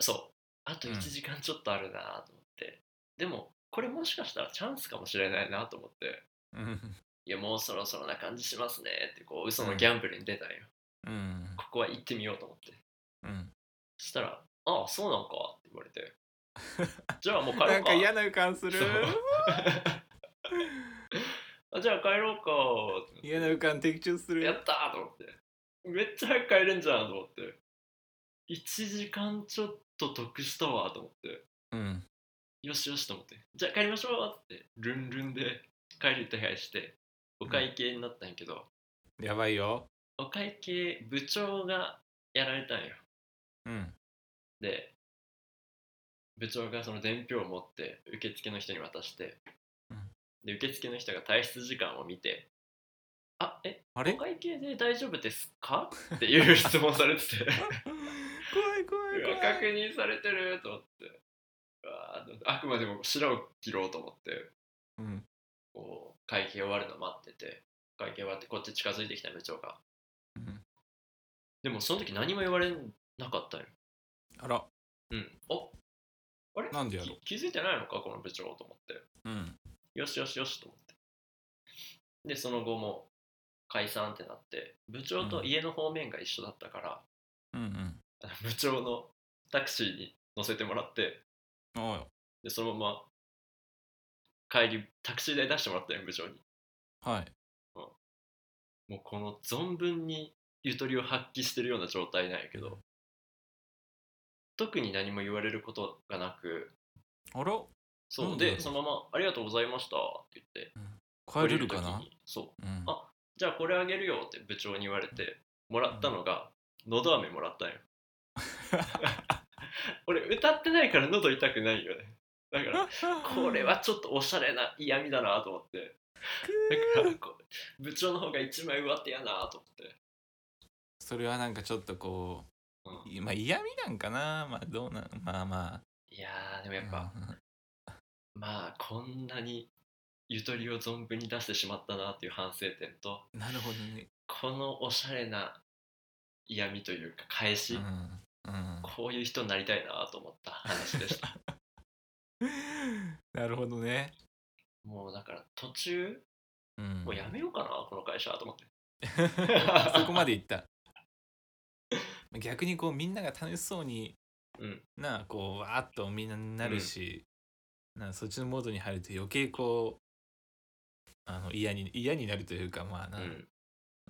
Speaker 1: そうあと
Speaker 2: うん
Speaker 1: 1時間ちょっとあるなと思って、でもこれもしかしたらチャンスかもしれないなと思って
Speaker 2: うん
Speaker 1: いやもうそろそろな感じしますねってこう嘘のギャンブルに出たんよ、
Speaker 2: うん
Speaker 1: ここは行ってみようと思って
Speaker 2: うん
Speaker 1: そしたら「ああそうなんか」って言われ てじゃあもう帰ろうか
Speaker 2: なんか嫌な予感する
Speaker 1: そうあじゃあ帰ろうかって
Speaker 2: 嫌な予感的中す
Speaker 1: や
Speaker 2: る
Speaker 1: ったーと思って。めっちゃ早く帰れんじゃんと思って。1時間ちょっと得したわと思って。
Speaker 2: うん
Speaker 1: よしよしと思って。じゃあ帰りましょうって。ルンルンで帰る手配して、お会計になったんやけど、
Speaker 2: やばいよ
Speaker 1: お会計部長がやられたんよ。
Speaker 2: うん
Speaker 1: で、部長がその伝票を持って受付の人に渡して
Speaker 2: うん、
Speaker 1: で、受付の人が退出時間を見て、あ、え、
Speaker 2: あ
Speaker 1: お
Speaker 2: れ
Speaker 1: 会計で大丈夫ですかっていう質問されて て。
Speaker 2: 怖い怖いう
Speaker 1: わ
Speaker 2: 怖
Speaker 1: 確
Speaker 2: い
Speaker 1: 認されてると思ってうわああくまでも白を切ろうと思って
Speaker 2: うん
Speaker 1: こう会計終わるの待ってて会計終わってこっち近づいてきた部長が
Speaker 2: うん
Speaker 1: でもその時何も言われなかったよ
Speaker 2: あら
Speaker 1: うんおあれ
Speaker 2: なんでやろ
Speaker 1: き気づいてないのかこの部長と思って
Speaker 2: ううん
Speaker 1: よしよしよしと思ってでその後も解散ってなって部長と家の方面が一緒だったから、
Speaker 2: うん
Speaker 1: あ の部長のタクシーに乗せてもらって
Speaker 2: うんおい
Speaker 1: で、そのまま帰り、タクシー代出してもらったよ、部長に。
Speaker 2: はい
Speaker 1: もうこの存分にゆとりを発揮してるような状態なんやけど、特に何も言われることがなく、
Speaker 2: あら
Speaker 1: そ
Speaker 2: な
Speaker 1: うん
Speaker 2: でだ
Speaker 1: で、
Speaker 2: ろう
Speaker 1: そのままありがとうございましたって言って、
Speaker 2: 帰れるか
Speaker 1: 降
Speaker 2: な
Speaker 1: り時にそう。
Speaker 2: うん
Speaker 1: あじゃあこれあげるよって部長に言われて、もらったのが、のど飴もらった んよ。 俺、歌ってないから喉痛くないよね。だから、これはちょっとおしゃれな嫌味だなと思って。だ からこう部長の方が一枚上手やなと思って。
Speaker 2: それはなんかちょっとこう、
Speaker 1: う
Speaker 2: いまあ嫌味なんかなまあどうなんまあまあ
Speaker 1: いやーでもやっぱ、まあこんなにゆとりを存分に出してしまったなっていう反省点と
Speaker 2: なるほどね。
Speaker 1: このおしゃれな嫌味というか返し、
Speaker 2: うん。うん。
Speaker 1: こういう人になりたいなと思った話でした
Speaker 2: なるほどね。
Speaker 1: もうだから途中
Speaker 2: うん。
Speaker 1: もうやめようかなこの会社と思って
Speaker 2: そこまでいった。逆にこうみんなが楽しそうに、
Speaker 1: うん
Speaker 2: なあこうわーっとみんなになるし、なあそっちのモードに入ると余計こうあの嫌に嫌になるというかまあ
Speaker 1: う
Speaker 2: な、
Speaker 1: ん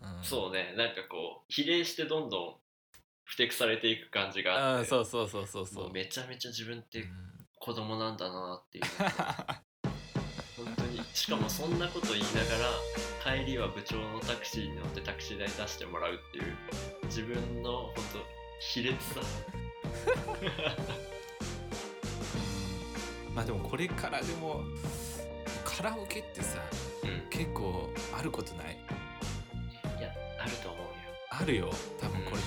Speaker 2: うん
Speaker 1: そうねなんかこう比例してどんどん不適されていく感じがあっ
Speaker 2: あー
Speaker 1: て
Speaker 2: そうそうそうそうそう
Speaker 1: もうめちゃめちゃ自分っ
Speaker 2: う
Speaker 1: て
Speaker 2: ん
Speaker 1: 子供なんだなっていう本当にしかもそんなこと言いながら帰りは部長のタクシーに乗ってタクシー代出してもらうっていう自分の本当卑劣さ
Speaker 2: まあでもこれからでもカラオケってさ
Speaker 1: うん
Speaker 2: 結構あることない
Speaker 1: いやあると思うよ
Speaker 2: あるよ多分これか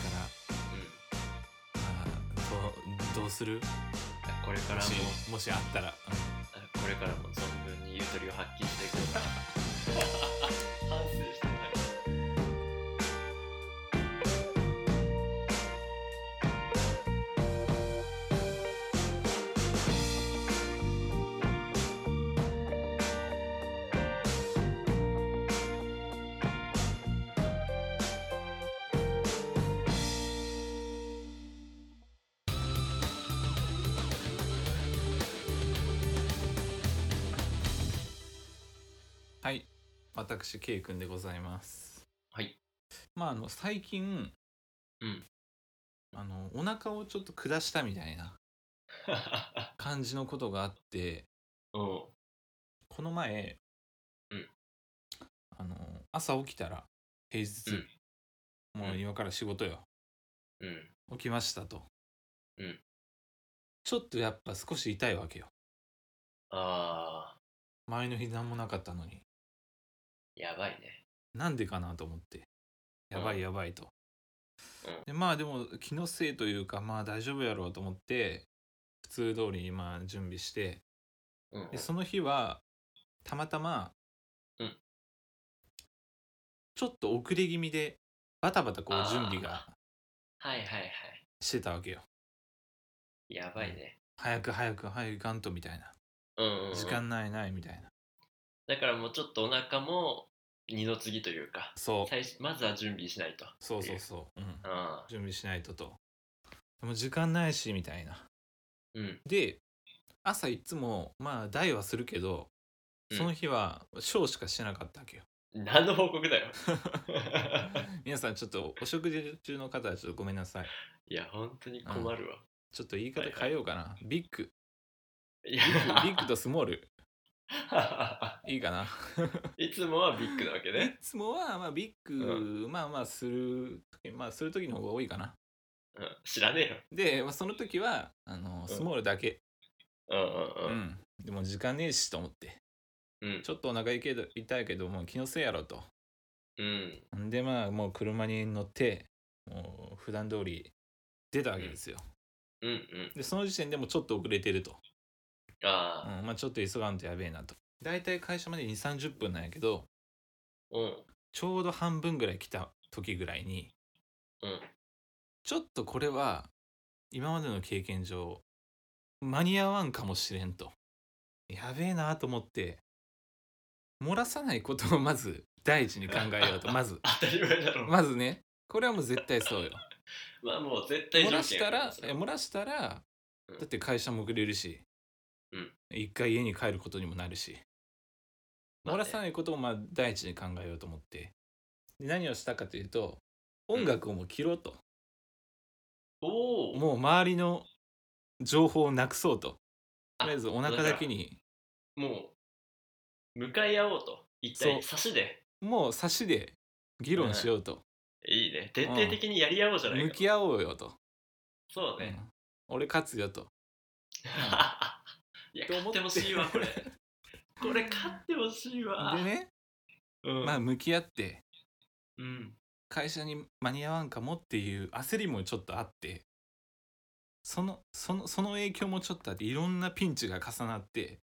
Speaker 1: う
Speaker 2: ら、まあどうどうする
Speaker 1: んこれから
Speaker 2: も
Speaker 1: も
Speaker 2: しもしあったら、うん
Speaker 1: これからも存分にゆとりを発揮していくから 反省してない
Speaker 2: はい私 K 君でございます
Speaker 1: はい
Speaker 2: まああの最近、
Speaker 1: うん
Speaker 2: あのお腹をちょっと下したみたいな 感じのことがあって
Speaker 1: うん
Speaker 2: この前、
Speaker 1: うん
Speaker 2: あの朝起きたら平日、もう今から仕事よ
Speaker 1: うん
Speaker 2: 起きましたと、
Speaker 1: うん
Speaker 2: ちょっとやっぱ少し痛いわけよ
Speaker 1: ああ
Speaker 2: 前の日何もなかったのに
Speaker 1: やばいね
Speaker 2: なんでかなと思ってやば
Speaker 1: うん
Speaker 2: いやばいと、
Speaker 1: うん
Speaker 2: でまあでも気のせいというかまあ大丈夫やろうと思って普通通りにまあ準備して
Speaker 1: うん
Speaker 2: でその日はたまたま、
Speaker 1: うん
Speaker 2: ちょっと遅れ気味でバタバタこ
Speaker 1: あ
Speaker 2: う
Speaker 1: ー
Speaker 2: 準備が
Speaker 1: はいはいはい
Speaker 2: してたわけよ
Speaker 1: やばいね
Speaker 2: 早く早く早く行かんとみたいな
Speaker 1: うんうんうん
Speaker 2: 時間ないないみたいな
Speaker 1: だからもうちょっとお腹も二の次というか
Speaker 2: そう
Speaker 1: 最初まずは準備しないと
Speaker 2: そうそうそう、うん、
Speaker 1: あ
Speaker 2: 準備しないととでも時間ないしみたいな
Speaker 1: うんうん
Speaker 2: で朝いつもまあ代はするけど
Speaker 1: うん
Speaker 2: その日は小しかしてなかった わけよ、
Speaker 1: 何の報告 だよ
Speaker 2: 皆さんちょっとお食事中の方はちょっとごめんなさい
Speaker 1: いや本当に困るわ、
Speaker 2: ちょっと言い方変えようかな、ビッグ
Speaker 1: いや
Speaker 2: ビッグビッグとスモールいいかな
Speaker 1: いつもはビッグなわけ
Speaker 2: い
Speaker 1: ね
Speaker 2: つもはまあビッグ、まあまあする時まあする時の方が多いかな
Speaker 1: うん知らねえよ
Speaker 2: で、まあ、その時はあのスモールだけ、
Speaker 1: うん
Speaker 2: う
Speaker 1: うん
Speaker 2: んでも時間ねえしと思って
Speaker 1: うん
Speaker 2: ちょっとお腹いけど痛いけどもう気のせいやろと
Speaker 1: うんうん
Speaker 2: んでまあもう車に乗ってもう普段通り出たわけですよ、
Speaker 1: うんうん
Speaker 2: でその時点でもうちょっと遅れてると、う
Speaker 1: ああ
Speaker 2: んまあ、ちょっと急がんとやべえなと大体会社まで2 3 0分なんやけど
Speaker 1: うん
Speaker 2: ちょうど半分ぐらい来た時ぐらいに
Speaker 1: うん
Speaker 2: ちょっとこれは今までの経験上間に合わんかもしれんとやべえなと思って漏らさないことをまず第一に考えようとまず
Speaker 1: 当たり前だろ、ま
Speaker 2: まずねこれはもう絶対そうよ
Speaker 1: あもう絶対
Speaker 2: 漏
Speaker 1: 条件
Speaker 2: らしたら
Speaker 1: それ
Speaker 2: え
Speaker 1: は
Speaker 2: 漏らしたら
Speaker 1: うん
Speaker 2: だって会社も遅れるし、
Speaker 1: うん
Speaker 2: 一回家に帰ることにもなるし、
Speaker 1: まあ
Speaker 2: 漏
Speaker 1: ね
Speaker 2: らさないことをまあ第一に考えようと思ってで何をしたかというと音楽をもう切ろうと、
Speaker 1: おお
Speaker 2: もう周りの情報をなくそうと
Speaker 1: あ
Speaker 2: とりあえずお腹だけに
Speaker 1: もう向かい合おうと一
Speaker 2: そう
Speaker 1: 体差しで
Speaker 2: もう差しで議論しようと、
Speaker 1: いいね徹底的にやり合おうじゃないか、
Speaker 2: 向き合おうよと、
Speaker 1: そう
Speaker 2: うん
Speaker 1: ね、
Speaker 2: 俺勝つよと
Speaker 1: いや
Speaker 2: と
Speaker 1: 勝
Speaker 2: 思っ
Speaker 1: っててほしいわこれ これ勝ってほしいわ
Speaker 2: でね、
Speaker 1: うん、
Speaker 2: まあ向き合って
Speaker 1: うん
Speaker 2: 会社に間に合わんかもっていう焦りもちょっとあってそのそのその影響もちょっとあっていろんなピンチが重なって、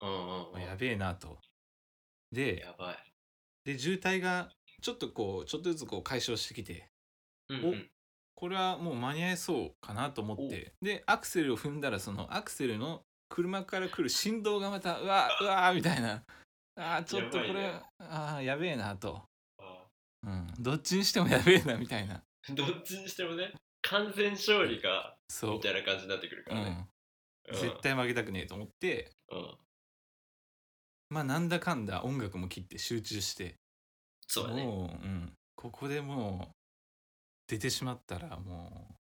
Speaker 1: うんうんうん
Speaker 2: やべえなとで
Speaker 1: やばい。
Speaker 2: で渋滞がちょっとこうちょっとずつこう解消してきて
Speaker 1: うん
Speaker 2: お
Speaker 1: うん、
Speaker 2: これはもう間に合いそうかなと思ってでアクセルを踏んだらそのアクセルの車から来る振動がまたうわーうわーみたいなあーちょっと
Speaker 1: や
Speaker 2: こ
Speaker 1: ばい
Speaker 2: れ
Speaker 1: ね
Speaker 2: あーやべえなと、
Speaker 1: あ
Speaker 2: うん、どっちにしてもやべえなみたいな
Speaker 1: ーどっちにしてもね、完全勝利か、
Speaker 2: そう
Speaker 1: み、たいな感じになってくるか
Speaker 2: う
Speaker 1: らね。
Speaker 2: ん、絶対負けたくねえと思って
Speaker 1: うん。うん。
Speaker 2: まあなんだかんだ音楽も切って集中して
Speaker 1: そうだね。
Speaker 2: もう、うん、ここでもう出てしまったらも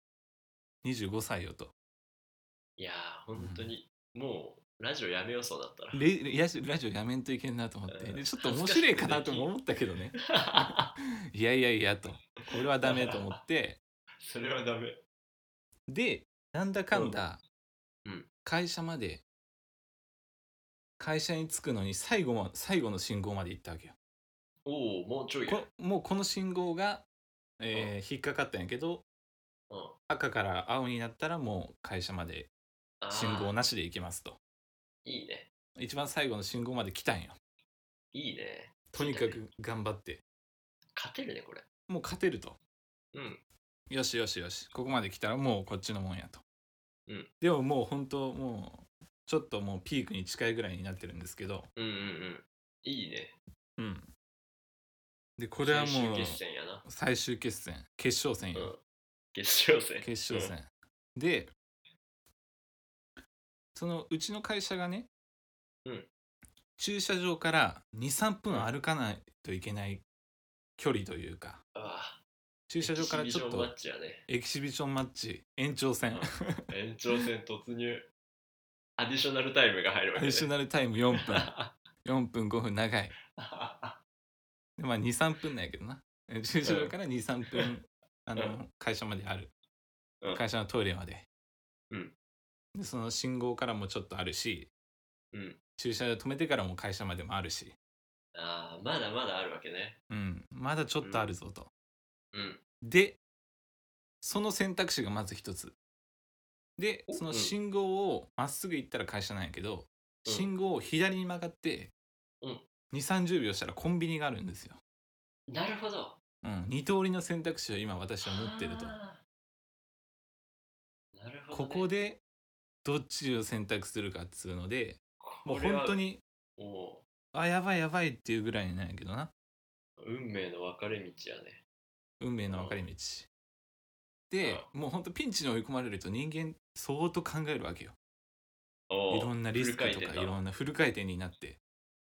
Speaker 2: う25歳よと
Speaker 1: いやー、本当に、もう、ラジオやめようそうだったら。
Speaker 2: レラジラジオやめんといけんなと思って
Speaker 1: うん
Speaker 2: でちょっと面白いかなとも思ったけどねいやいやいやとこれはダメと思って
Speaker 1: それはダメ。
Speaker 2: でなんだかんだ
Speaker 1: うんうん
Speaker 2: 会社まで会社に着くのに最後も最後の信号まで行ったわけよ
Speaker 1: おお、もうちょいや。
Speaker 2: こもうこの信号が、えー引っかかったんやけど
Speaker 1: うん
Speaker 2: 赤から青になったらもう会社まで
Speaker 1: あー
Speaker 2: 信号なしで行きますと
Speaker 1: いいね。
Speaker 2: 一番最後の信号まで来たんよ
Speaker 1: いいね。
Speaker 2: とにかく頑張って
Speaker 1: 勝てるね、これ。
Speaker 2: もう勝てると
Speaker 1: うん。
Speaker 2: よしよしよしここまで来たらもうこっちのもんやと、
Speaker 1: うん
Speaker 2: でももう本当もうちょっともうピークに近いぐらいになってるんですけど、
Speaker 1: うんうんうん。いいね。
Speaker 2: うん、でこれはもう
Speaker 1: 最終決戦やな。
Speaker 2: 最終決戦決勝戦
Speaker 1: う
Speaker 2: よ、
Speaker 1: ん。決勝戦。
Speaker 2: 決勝戦、でそのうちの会社がね、
Speaker 1: うん
Speaker 2: 駐車場から23分歩かないといけない距離というか
Speaker 1: うん。ああ。
Speaker 2: 駐車場からちょっ
Speaker 1: エキシビジョンマ
Speaker 2: と
Speaker 1: ッチやね。
Speaker 2: エキシビションマッチ延長戦
Speaker 1: 延長戦突入。アディショナルタイムが入るわけ、
Speaker 2: ア
Speaker 1: ね。
Speaker 2: ディショナルタイム4分 4分5分長いでまあ23分なんやけどなえ駐車場から23分あ
Speaker 1: う
Speaker 2: の会社まである
Speaker 1: うん
Speaker 2: 会社のトイレまで
Speaker 1: うん
Speaker 2: でその信号からもちょっとあるし
Speaker 1: うん。
Speaker 2: 駐車場止めてからも会社までもあるし、
Speaker 1: ああ、まだまだあるわけね。
Speaker 2: うん、まだちょっとあるぞと。
Speaker 1: うん。
Speaker 2: で、その選択肢がまず一つ。で、
Speaker 1: お
Speaker 2: その
Speaker 1: うん
Speaker 2: 信号をまっすぐ行ったら会社なんやけど、
Speaker 1: うん
Speaker 2: 信号を左に曲がって、
Speaker 1: うん
Speaker 2: 2、30秒したらコンビニがあるんですよ。
Speaker 1: なるほど。
Speaker 2: うん、2通りの選択肢を今私は持ってると。
Speaker 1: あーなるほど、
Speaker 2: こ
Speaker 1: ね。
Speaker 2: こで、どっちを選択するかっつうので、もう
Speaker 1: これは
Speaker 2: 本当。に、
Speaker 1: も
Speaker 2: あ、やばいやばいっていうぐらいなんやけどな。
Speaker 1: う、運命の分かれ道やね。
Speaker 2: 運命の分かれ道でもうほんとピンチに追い込まれると人間相当考えるわけよ
Speaker 1: おー
Speaker 2: いろんなリスク
Speaker 1: フル
Speaker 2: と
Speaker 1: 回
Speaker 2: か
Speaker 1: 転だ
Speaker 2: いろんなフル回転になって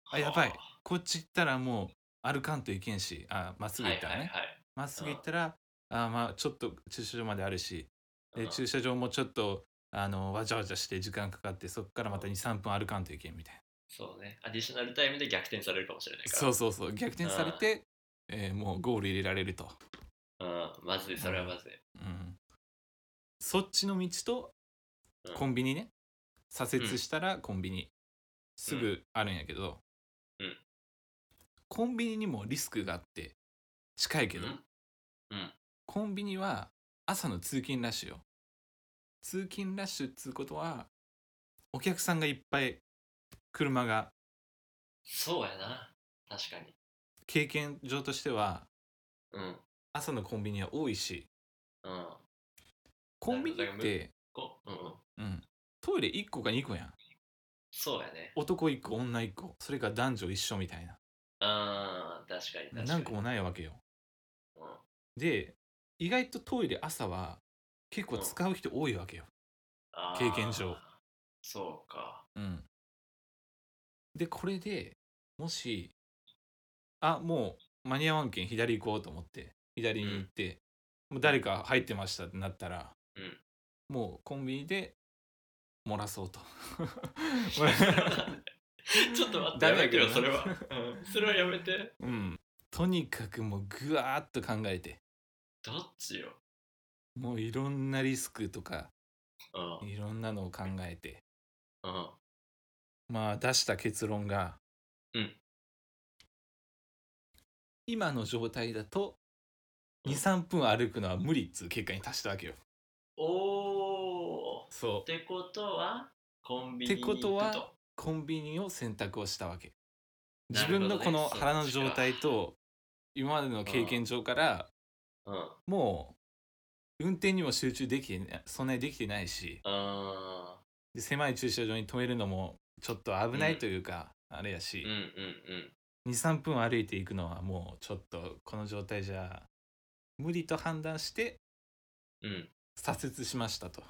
Speaker 1: は
Speaker 2: あやばいこっち行ったらもう歩かんといけんしあまっすぐ行ったら
Speaker 1: はい
Speaker 2: ね
Speaker 1: はいはい
Speaker 2: まっすぐ行ったらあまあちょっと駐車場まであるし
Speaker 1: う
Speaker 2: で
Speaker 1: ん
Speaker 2: 駐車場もちょっとあのわちゃわちゃして時間かかってそっからまた23分歩かんといけんみたいな
Speaker 1: そうね。アディショナルタイムで逆転されるかもしれないから。
Speaker 2: そうそうそう逆転されて、えーもうゴール入れられると
Speaker 1: うん、まずい、それはまずい。
Speaker 2: うんそっちの道と
Speaker 1: うん
Speaker 2: コンビニね、左折したらコンビニ、すぐあるんやけど、
Speaker 1: うん
Speaker 2: コンビニにもリスクがあって近いけど、
Speaker 1: うんうん
Speaker 2: コンビニは朝の通勤ラッシュよ通勤ラッシュっつうことはお客さんがいっぱい車が
Speaker 1: そうやな。確かに。
Speaker 2: 経験上としては
Speaker 1: うん。
Speaker 2: 朝のコンビニは多いし
Speaker 1: うん。
Speaker 2: コンビニって、
Speaker 1: こうんうん。
Speaker 2: うん、トイレ1個か2個やん
Speaker 1: そうやね。
Speaker 2: 男1個女1個それから男女一緒みたいな
Speaker 1: あー、確かに確かに。
Speaker 2: 何個もないわけよ
Speaker 1: うん
Speaker 2: で意外とトイレ朝は結構使う人多いわけよ、
Speaker 1: あー
Speaker 2: 経験上。
Speaker 1: そう か。
Speaker 2: うん、でこれでもしあもう間に合わんけん左行こうと思って左に行って、もう誰か入ってましたってなったら、
Speaker 1: うん
Speaker 2: もうコンビニで漏らそうと
Speaker 1: ちょっと待って、
Speaker 2: ダ
Speaker 1: や
Speaker 2: メ
Speaker 1: めて
Speaker 2: やけど
Speaker 1: よ、
Speaker 2: な
Speaker 1: それは。うんそれはやめて。
Speaker 2: うんとにかくもうぐわーっと考えて
Speaker 1: どっちよ。
Speaker 2: もういろんなリスクとか
Speaker 1: うん。
Speaker 2: いろんなのを考えて
Speaker 1: うん。
Speaker 2: まあ出した結論が、
Speaker 1: うん
Speaker 2: 今の状態だと23分歩くのは無理っつう結果に達したわけよ
Speaker 1: おー。っ
Speaker 2: そ
Speaker 1: てことは、コンビニに行く
Speaker 2: ってことはコンビニを選択をしたわけ自分のこの
Speaker 1: なるほどね
Speaker 2: 腹の状態と今までの経験上から
Speaker 1: うん
Speaker 2: もう運転にも集中できてなそんなにできてないし
Speaker 1: あ
Speaker 2: で狭い駐車場に止めるのもちょっと危ないというか、あれやし
Speaker 1: ーうん、うん
Speaker 2: 23分歩いていくのはもうちょっとこの状態じゃ無理と判断して
Speaker 1: うんうん
Speaker 2: 左折しましたと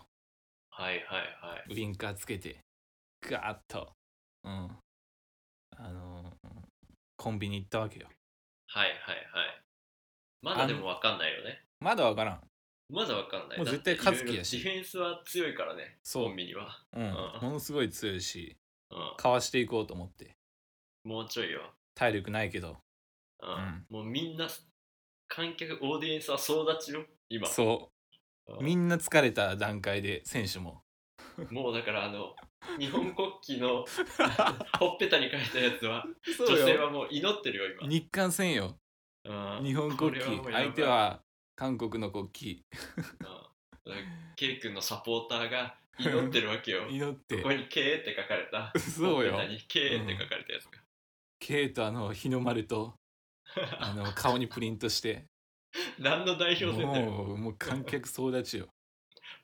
Speaker 1: はいはいはい
Speaker 2: ウインカーつけてガーッと、うん、あのコンビニ行ったわけよ
Speaker 1: はいはいはいまだでも分かんないよね
Speaker 2: まだわからん
Speaker 1: まだ分かんない
Speaker 2: もう絶対
Speaker 1: だって
Speaker 2: 勝つ気やし
Speaker 1: いろいろディフェンスは強いからね
Speaker 2: そう
Speaker 1: コンビニは、
Speaker 2: うん
Speaker 1: あ、
Speaker 2: ものすごい強いし
Speaker 1: う
Speaker 2: かわしていこうと思って
Speaker 1: ん、もうちょいよ、
Speaker 2: 体力ないけど
Speaker 1: うん
Speaker 2: ん
Speaker 1: もうみんな観客オーディエンスは総立ちよ今
Speaker 2: そううみんな疲れた段階で選 手も
Speaker 1: もうだからあ の日本国旗のほっぺたに書いたやつは
Speaker 2: そ
Speaker 1: 女
Speaker 2: う
Speaker 1: 性
Speaker 2: よ
Speaker 1: はもう祈ってるよ
Speaker 2: 日韓戦よ
Speaker 1: 今、うん
Speaker 2: 日本国
Speaker 1: これはも
Speaker 2: 旗
Speaker 1: うやばい
Speaker 2: 相手は韓国の国旗
Speaker 1: うんケイ君のサポーターが祈ってるわけよ
Speaker 2: 祈って
Speaker 1: ここに「K」って書かれた
Speaker 2: そうよ
Speaker 1: ほっぺたに「K」って書かれたやつが、
Speaker 2: ケイとあの日の丸とあの顔にプリントして
Speaker 1: 何の代表戦だよ
Speaker 2: もうもう観客総立ちよ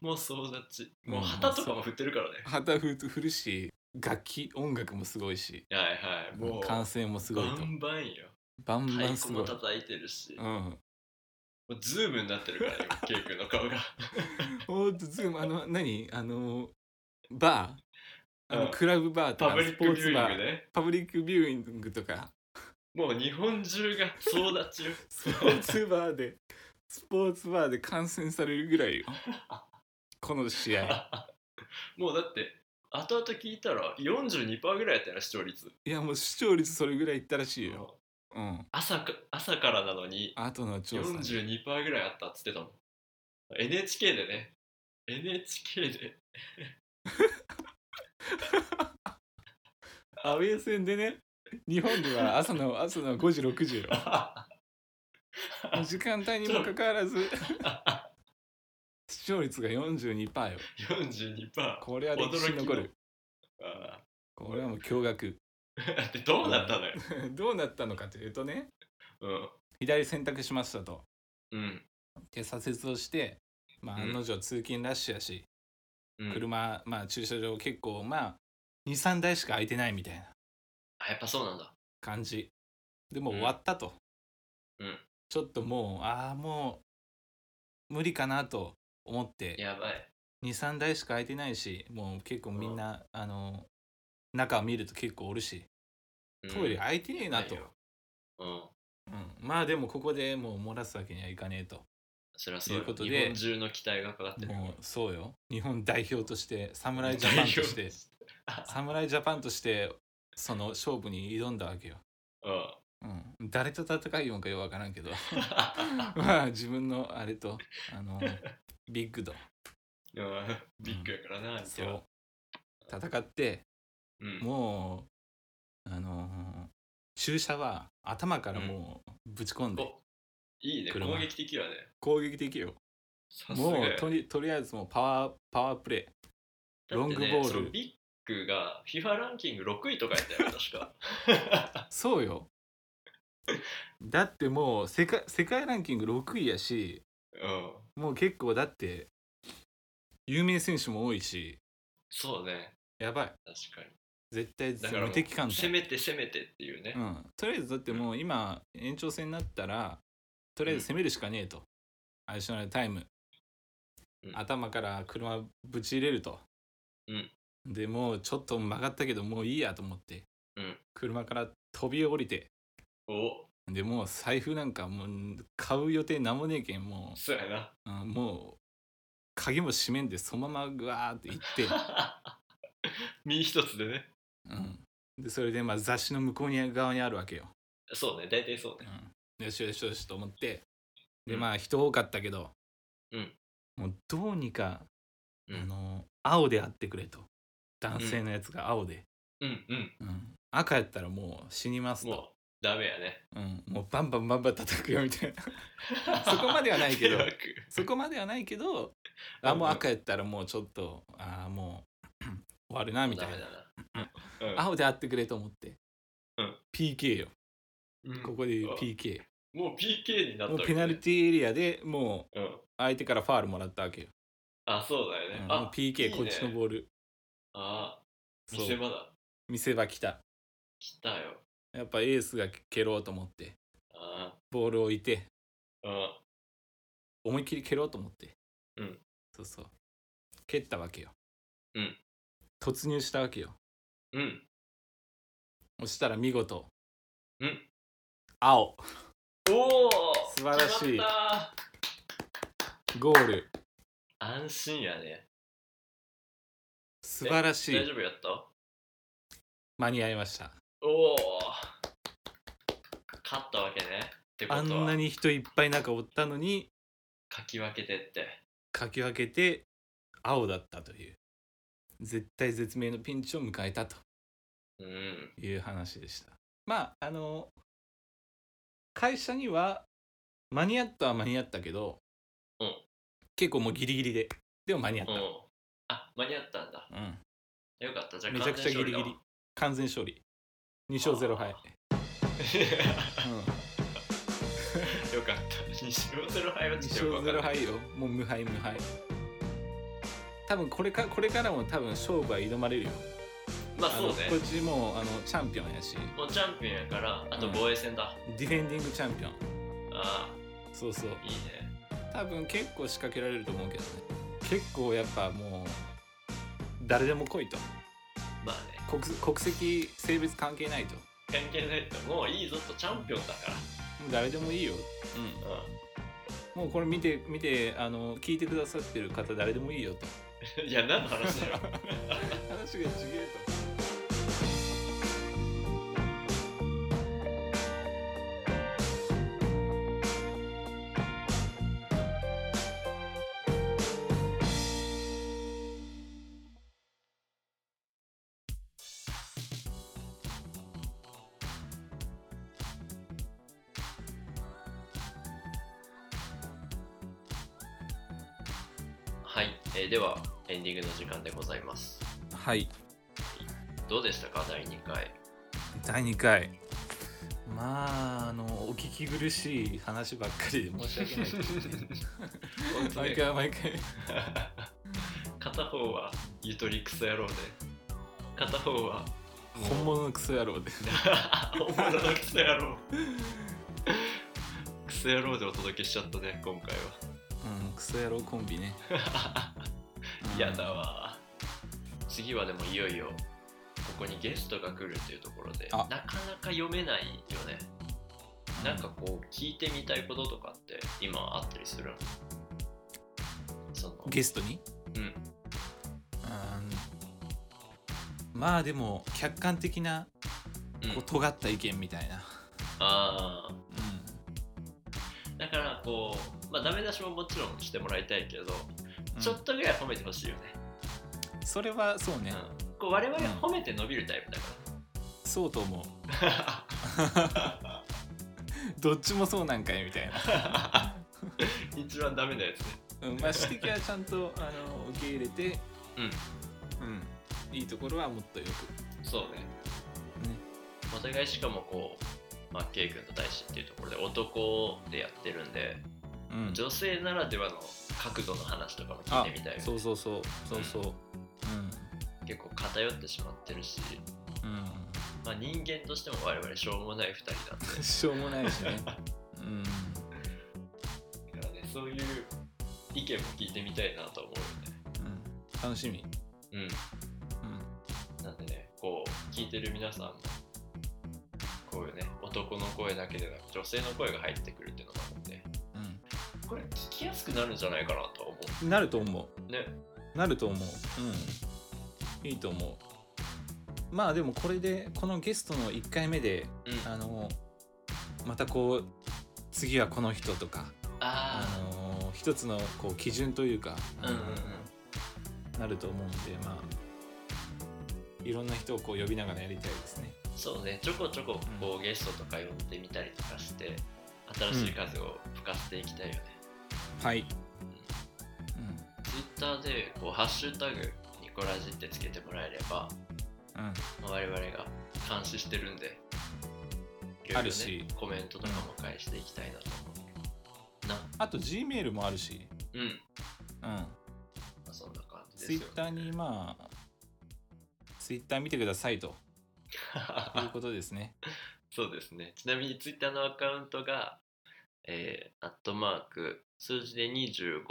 Speaker 1: もう総立ち
Speaker 2: うん
Speaker 1: もう旗とかも振ってるからね、
Speaker 2: 旗振る振るし楽器音楽もすごいし
Speaker 1: はいはいもう
Speaker 2: 歓声もすごいと
Speaker 1: バンバンよ
Speaker 2: バンバ
Speaker 1: 太
Speaker 2: ンす
Speaker 1: 鼓
Speaker 2: ご
Speaker 1: も
Speaker 2: い、
Speaker 1: 叩いてるし、
Speaker 2: うん、
Speaker 1: もうズームになってるから 今ケイ君の顔が
Speaker 2: おーっとズームあの何あのバーあ
Speaker 1: うん
Speaker 2: のクラブバーと
Speaker 1: パ
Speaker 2: か
Speaker 1: ブリ
Speaker 2: ス
Speaker 1: ック
Speaker 2: ポー
Speaker 1: ビュー
Speaker 2: ツ
Speaker 1: イ
Speaker 2: バ
Speaker 1: ン
Speaker 2: ー
Speaker 1: グね
Speaker 2: パブリックビューイングとか
Speaker 1: もう日本中が総立ちよ
Speaker 2: スポーツバーでスポーツバーで感染されるぐ らいよこの試合
Speaker 1: もうだって後々聞いたら42%ぐらいやったよな視聴率
Speaker 2: いやもう視聴率それぐらいいったらしいよ
Speaker 1: もう
Speaker 2: うん
Speaker 1: 朝か朝からなのに
Speaker 2: 後の調査ね
Speaker 1: 42%ぐらいあったっつってたもん NHK でね NHK で
Speaker 2: アウェー戦でね日本では朝の朝の5時6時よ時間帯にもかかわらず視聴率が42%よ
Speaker 1: 42%
Speaker 2: これは歴史に残る
Speaker 1: あ
Speaker 2: これはもう驚愕
Speaker 1: ーだ ってどうなったのよ、
Speaker 2: どうなったのかというとね
Speaker 1: うん
Speaker 2: 左選択しましたと
Speaker 1: うん
Speaker 2: で左折をして、まあ、
Speaker 1: うん
Speaker 2: 案の定通勤ラッシュやし、
Speaker 1: うん、
Speaker 2: 車、まあ、駐車場結構まあ23台しか空いてないみたいな
Speaker 1: あやっぱそうなんだ
Speaker 2: 感じでもう終わったと、
Speaker 1: うん
Speaker 2: ちょっともうああもう無理かなと思って
Speaker 1: やばい
Speaker 2: 23台しか空いてないしもう結構みんな、あの中を見ると結構おるし
Speaker 1: うん
Speaker 2: トイレ空いてねえなと、
Speaker 1: ないようん
Speaker 2: うんまあでもここでもう漏らすわけにはいかねえと
Speaker 1: それはそう
Speaker 2: ということ
Speaker 1: よ
Speaker 2: で
Speaker 1: 日本中の期待がかかってる
Speaker 2: もうそうよ日本代表として侍ジャパンとし
Speaker 1: 代
Speaker 2: て
Speaker 1: 表
Speaker 2: 侍ジャパンとしてその勝負に挑んだわけよ、
Speaker 1: うん
Speaker 2: うん、誰と戦いよんかようわからんけど まあ自分のあれと あのビッグと
Speaker 1: うんビッグやからな、相手
Speaker 2: そ
Speaker 1: は
Speaker 2: う戦って
Speaker 1: うん
Speaker 2: もうあのー注射は頭からもうぶち込んで、
Speaker 1: おいいね、
Speaker 2: 車
Speaker 1: 攻撃的はね。
Speaker 2: 攻撃的よ
Speaker 1: さすが
Speaker 2: も
Speaker 1: や
Speaker 2: うとりとりあえずもうパワーパワー プレロングボール
Speaker 1: だってねそのビッグが FIFA ランキング6位とかやったよね、 確か。
Speaker 2: イそうよだってもう世界世界ランキング6位やし
Speaker 1: うん。
Speaker 2: もう結構だって有名選手も多いし
Speaker 1: そうね、
Speaker 2: やばい
Speaker 1: 確かに。
Speaker 2: 絶対
Speaker 1: だからも
Speaker 2: 無
Speaker 1: う、
Speaker 2: 敵感
Speaker 1: 攻めて攻めてっていうね。
Speaker 2: うん、とりあえずだってもう今延長戦になったらとりあえず攻めるしかねえと、アディショナルタイ
Speaker 1: う
Speaker 2: ム、
Speaker 1: ん
Speaker 2: 頭から車ぶち入れると、
Speaker 1: うん
Speaker 2: でもうちょっと曲がったけどもういいやと思って、
Speaker 1: うん
Speaker 2: 車から飛び降りて
Speaker 1: お
Speaker 2: でもう財布なんかもう買う予定なんもねえけんも
Speaker 1: そうやな。
Speaker 2: う、うんもう鍵も閉めんでそのままぐわーって行 って
Speaker 1: 身一つでね。
Speaker 2: うん、でそれでまあ雑誌の向こうに側にあるわけよ、
Speaker 1: そうね、大体そうね。
Speaker 2: よしよしよしと思ってで
Speaker 1: うん
Speaker 2: まあ人多かったけど、
Speaker 1: うん
Speaker 2: もうどうにか、
Speaker 1: うん
Speaker 2: あの青であってくれと男性のやつが青で、
Speaker 1: うんうん。
Speaker 2: うん赤やったらもう死にますと
Speaker 1: もう、ダメやね。
Speaker 2: う、ん、もうバンバンバンバン叩くよみたいな そこまではないけど
Speaker 1: 迷惑
Speaker 2: そこまではない けどあもう赤やったらもうちょっとああもう 終わるなみたい
Speaker 1: ダ
Speaker 2: な
Speaker 1: メだな。うん
Speaker 2: 青であってくれと思って、
Speaker 1: うん
Speaker 2: PK よ。
Speaker 1: うん
Speaker 2: ここで言う
Speaker 1: あ
Speaker 2: PK。
Speaker 1: もう PK になった
Speaker 2: も
Speaker 1: わ
Speaker 2: う
Speaker 1: け
Speaker 2: ペナルティーエリアでもう
Speaker 1: ィうん
Speaker 2: 相手からファールもらったわけよ。
Speaker 1: あそうだよ
Speaker 2: うん
Speaker 1: ね、
Speaker 2: もう
Speaker 1: あ
Speaker 2: PK
Speaker 1: いいね
Speaker 2: こっちのボール。
Speaker 1: あ
Speaker 2: そう
Speaker 1: 見せ場だ
Speaker 2: 見せ場来た。
Speaker 1: 来たよ
Speaker 2: やっぱエースが蹴ろうと思って、
Speaker 1: あ
Speaker 2: ボールを置いて、
Speaker 1: うん
Speaker 2: 思いっきり蹴ろうと思って。
Speaker 1: うん
Speaker 2: そうそう。蹴ったわけよ。
Speaker 1: うん
Speaker 2: 突入したわけよ。
Speaker 1: うん
Speaker 2: そしたら見事。
Speaker 1: うん
Speaker 2: 青。
Speaker 1: おお
Speaker 2: 素晴らしい
Speaker 1: 決まった
Speaker 2: ゴール。
Speaker 1: 安心やね
Speaker 2: 素晴らし
Speaker 1: 大
Speaker 2: い。
Speaker 1: 丈夫やった
Speaker 2: 間に合いました。
Speaker 1: おお勝ったわけねってこ
Speaker 2: あん
Speaker 1: とは
Speaker 2: なに人いっぱい中おったのに、
Speaker 1: かき分けてって
Speaker 2: かき分けて青だったという絶対絶命のピンチを迎えたと
Speaker 1: うん
Speaker 2: いう話でしたまああの会社には間に合ったは間に合ったけど、
Speaker 1: うん
Speaker 2: 結構もうギリギリででも間に合っ
Speaker 1: うんあ間に合ったんだ
Speaker 2: た、うん、
Speaker 1: よかったじゃあ
Speaker 2: めちゃくちゃギリギリ完全勝利2勝0敗、
Speaker 1: リ
Speaker 2: うん、
Speaker 1: よかった2勝0敗は
Speaker 2: 2
Speaker 1: ちょっとよく
Speaker 2: 勝0
Speaker 1: わかんない
Speaker 2: 敗よもう無敗無敗多分これかこれからも多分勝負は挑まれるよ、
Speaker 1: まあそうね
Speaker 2: あのこっちもうあのチャンピオンやし
Speaker 1: もうチャンピオンやからあと
Speaker 2: うん
Speaker 1: 防衛戦だ、
Speaker 2: ディフェンディングチャンピオン
Speaker 1: あ
Speaker 2: そうそう
Speaker 1: あいいね
Speaker 2: 多分結構仕掛けられると思うけどね結構やっぱもう誰でも来いと
Speaker 1: まあね
Speaker 2: 国国籍性別関係ないとも
Speaker 1: 関係ないともういいぞとチャンピオンだか
Speaker 2: う誰でもいいよ、
Speaker 1: ら
Speaker 2: うん、もうこれ見て見てあの聞いてくださってる方誰でもいいよと
Speaker 1: うんい や何の話 だよ
Speaker 2: 話が違えと。
Speaker 1: はい、えーではエンディングの時間でございます
Speaker 2: はい
Speaker 1: どうでしたか第2回
Speaker 2: 第2回まああのお聞き苦しい話ばっかりで申し訳ないですね
Speaker 1: 本当ね
Speaker 2: 毎回毎回
Speaker 1: 片方はゆとりクソ野郎で片方は
Speaker 2: 本物のクソ野郎で
Speaker 1: 本物のクソ野 郎クソ野郎でお届けしちゃったね今回
Speaker 2: うんクソ野郎コンビね
Speaker 1: は嫌だわ次はでもいよいよここにゲストが来るというところでな
Speaker 2: あ
Speaker 1: かなか読めないよね
Speaker 2: うん
Speaker 1: なんかこう聞いてみたいこととかって今あったりするのその
Speaker 2: ゲストに
Speaker 1: うん
Speaker 2: うんまあでも客観的な
Speaker 1: うん
Speaker 2: こう尖った意見みたいな、
Speaker 1: ああ
Speaker 2: う
Speaker 1: だからこう、まあ、ダメ出しももちろんしてもらいたいけど、
Speaker 2: ん
Speaker 1: ちょっとぐらい褒めてほしいよね、
Speaker 2: それはそう
Speaker 1: う
Speaker 2: ね、
Speaker 1: ん、こう我々褒めて伸びるタイプ だか
Speaker 2: そう と思う
Speaker 1: ら
Speaker 2: どっちもそうなんかいみたい
Speaker 1: 一番ダメなやつね
Speaker 2: な、うんまあ、指摘はちゃんとあの受け入れて、
Speaker 1: うん
Speaker 2: うん、いいところはもっとよ
Speaker 1: そうねお互いしかもこう、まあ、K 君と大志っていうところで男でやってるんで
Speaker 2: く、うん
Speaker 1: 女性ならではの角度の話とかも聞いてみたいよね
Speaker 2: そうそうそうそうそう
Speaker 1: 結構偏ってしまってるし、
Speaker 2: うん、
Speaker 1: まあ、人間としても我々しょうもない2人なんで
Speaker 2: うん、しょうもないしねうん
Speaker 1: だからねそういう意見も聞いてみたいなと思う
Speaker 2: うん楽しみ、
Speaker 1: よねうん
Speaker 2: うん、
Speaker 1: なんでね、こう、聞いてる皆さんも、こういうね、男の声だけでなく、女性の声が入ってくるっていうのもあるんで、これ聞きやすくなるんじゃないかなとは思
Speaker 2: うん、なると思
Speaker 1: う。ね、
Speaker 2: うなると思ううんいいと思うまあでもこれでこのゲストの1回目で
Speaker 1: うん。
Speaker 2: あのまたこう次はこの人とかあ
Speaker 1: あ
Speaker 2: の一つのこう基準というか、
Speaker 1: うんうん
Speaker 2: なると思うんでまあいろんな人をこう呼びながらやりたいですね
Speaker 1: ー、そうね、ちょこちょこ、こう、ゲストとか呼んでみたりとかして、新しい風を吹かせていきたいよね。
Speaker 2: はい、
Speaker 1: Twitter で、こう、ハッシュタグ、ニコラジってつけてもらえれば、
Speaker 2: うんうん、
Speaker 1: まあ我々が監視してるんで、いろいろね
Speaker 2: あるし
Speaker 1: コメントとかも返していきたいなと思うな
Speaker 2: あと G メールもあるし、
Speaker 1: うん、
Speaker 2: うん、
Speaker 1: まあ、そんな感じですよ、ね、
Speaker 2: Twitter にまあ Twitter 見てくださいと いうことですね
Speaker 1: そうですね。ちなみにツイッターのアカウントが、えー、アットマーク、数字で25、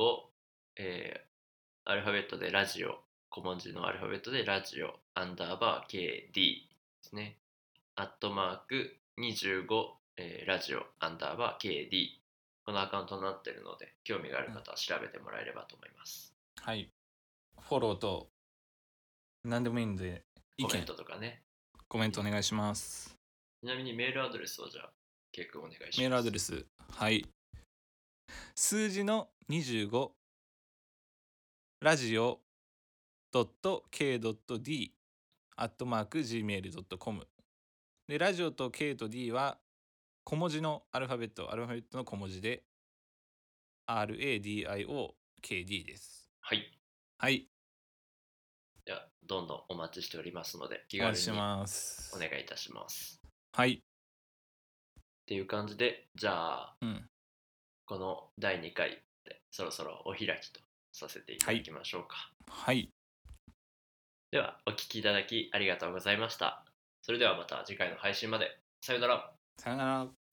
Speaker 1: えー、アルファベットでラジオ、小文字のアルファベットでラジオ、アンダーバー KD ですね。アットマーク25、えーラジオ、アンダーバー KD。このアカウントになってるので、興味がある方は調べてもらえればと思います。
Speaker 2: はいフォローと何でもいいんで意
Speaker 1: コメン
Speaker 2: 見
Speaker 1: トとかね。
Speaker 2: コメントお願いします
Speaker 1: ちなみにメールアドレスをじゃあ、結構お願いします。
Speaker 2: メールアドレ
Speaker 1: ス。
Speaker 2: スはい数字の25ラジオ .k.d アットマーク gmail.com でラジオと k と d は小文字のアルファベットアルファベットの小文字で radiokd です
Speaker 1: はい。
Speaker 2: はい
Speaker 1: じゃあ、どんどんお待ちしておりますので、
Speaker 2: お
Speaker 1: 気
Speaker 2: 願
Speaker 1: 軽
Speaker 2: い
Speaker 1: に
Speaker 2: します
Speaker 1: お願いいたします。
Speaker 2: はい、
Speaker 1: っていう感じで、じゃあ、
Speaker 2: うん、
Speaker 1: この第2回でそろそろお開きとさせていただきましょうか。
Speaker 2: はい
Speaker 1: では、お聞きいただきありがとうございました。それではまた次回の配信まで。さようなら。
Speaker 2: さよなら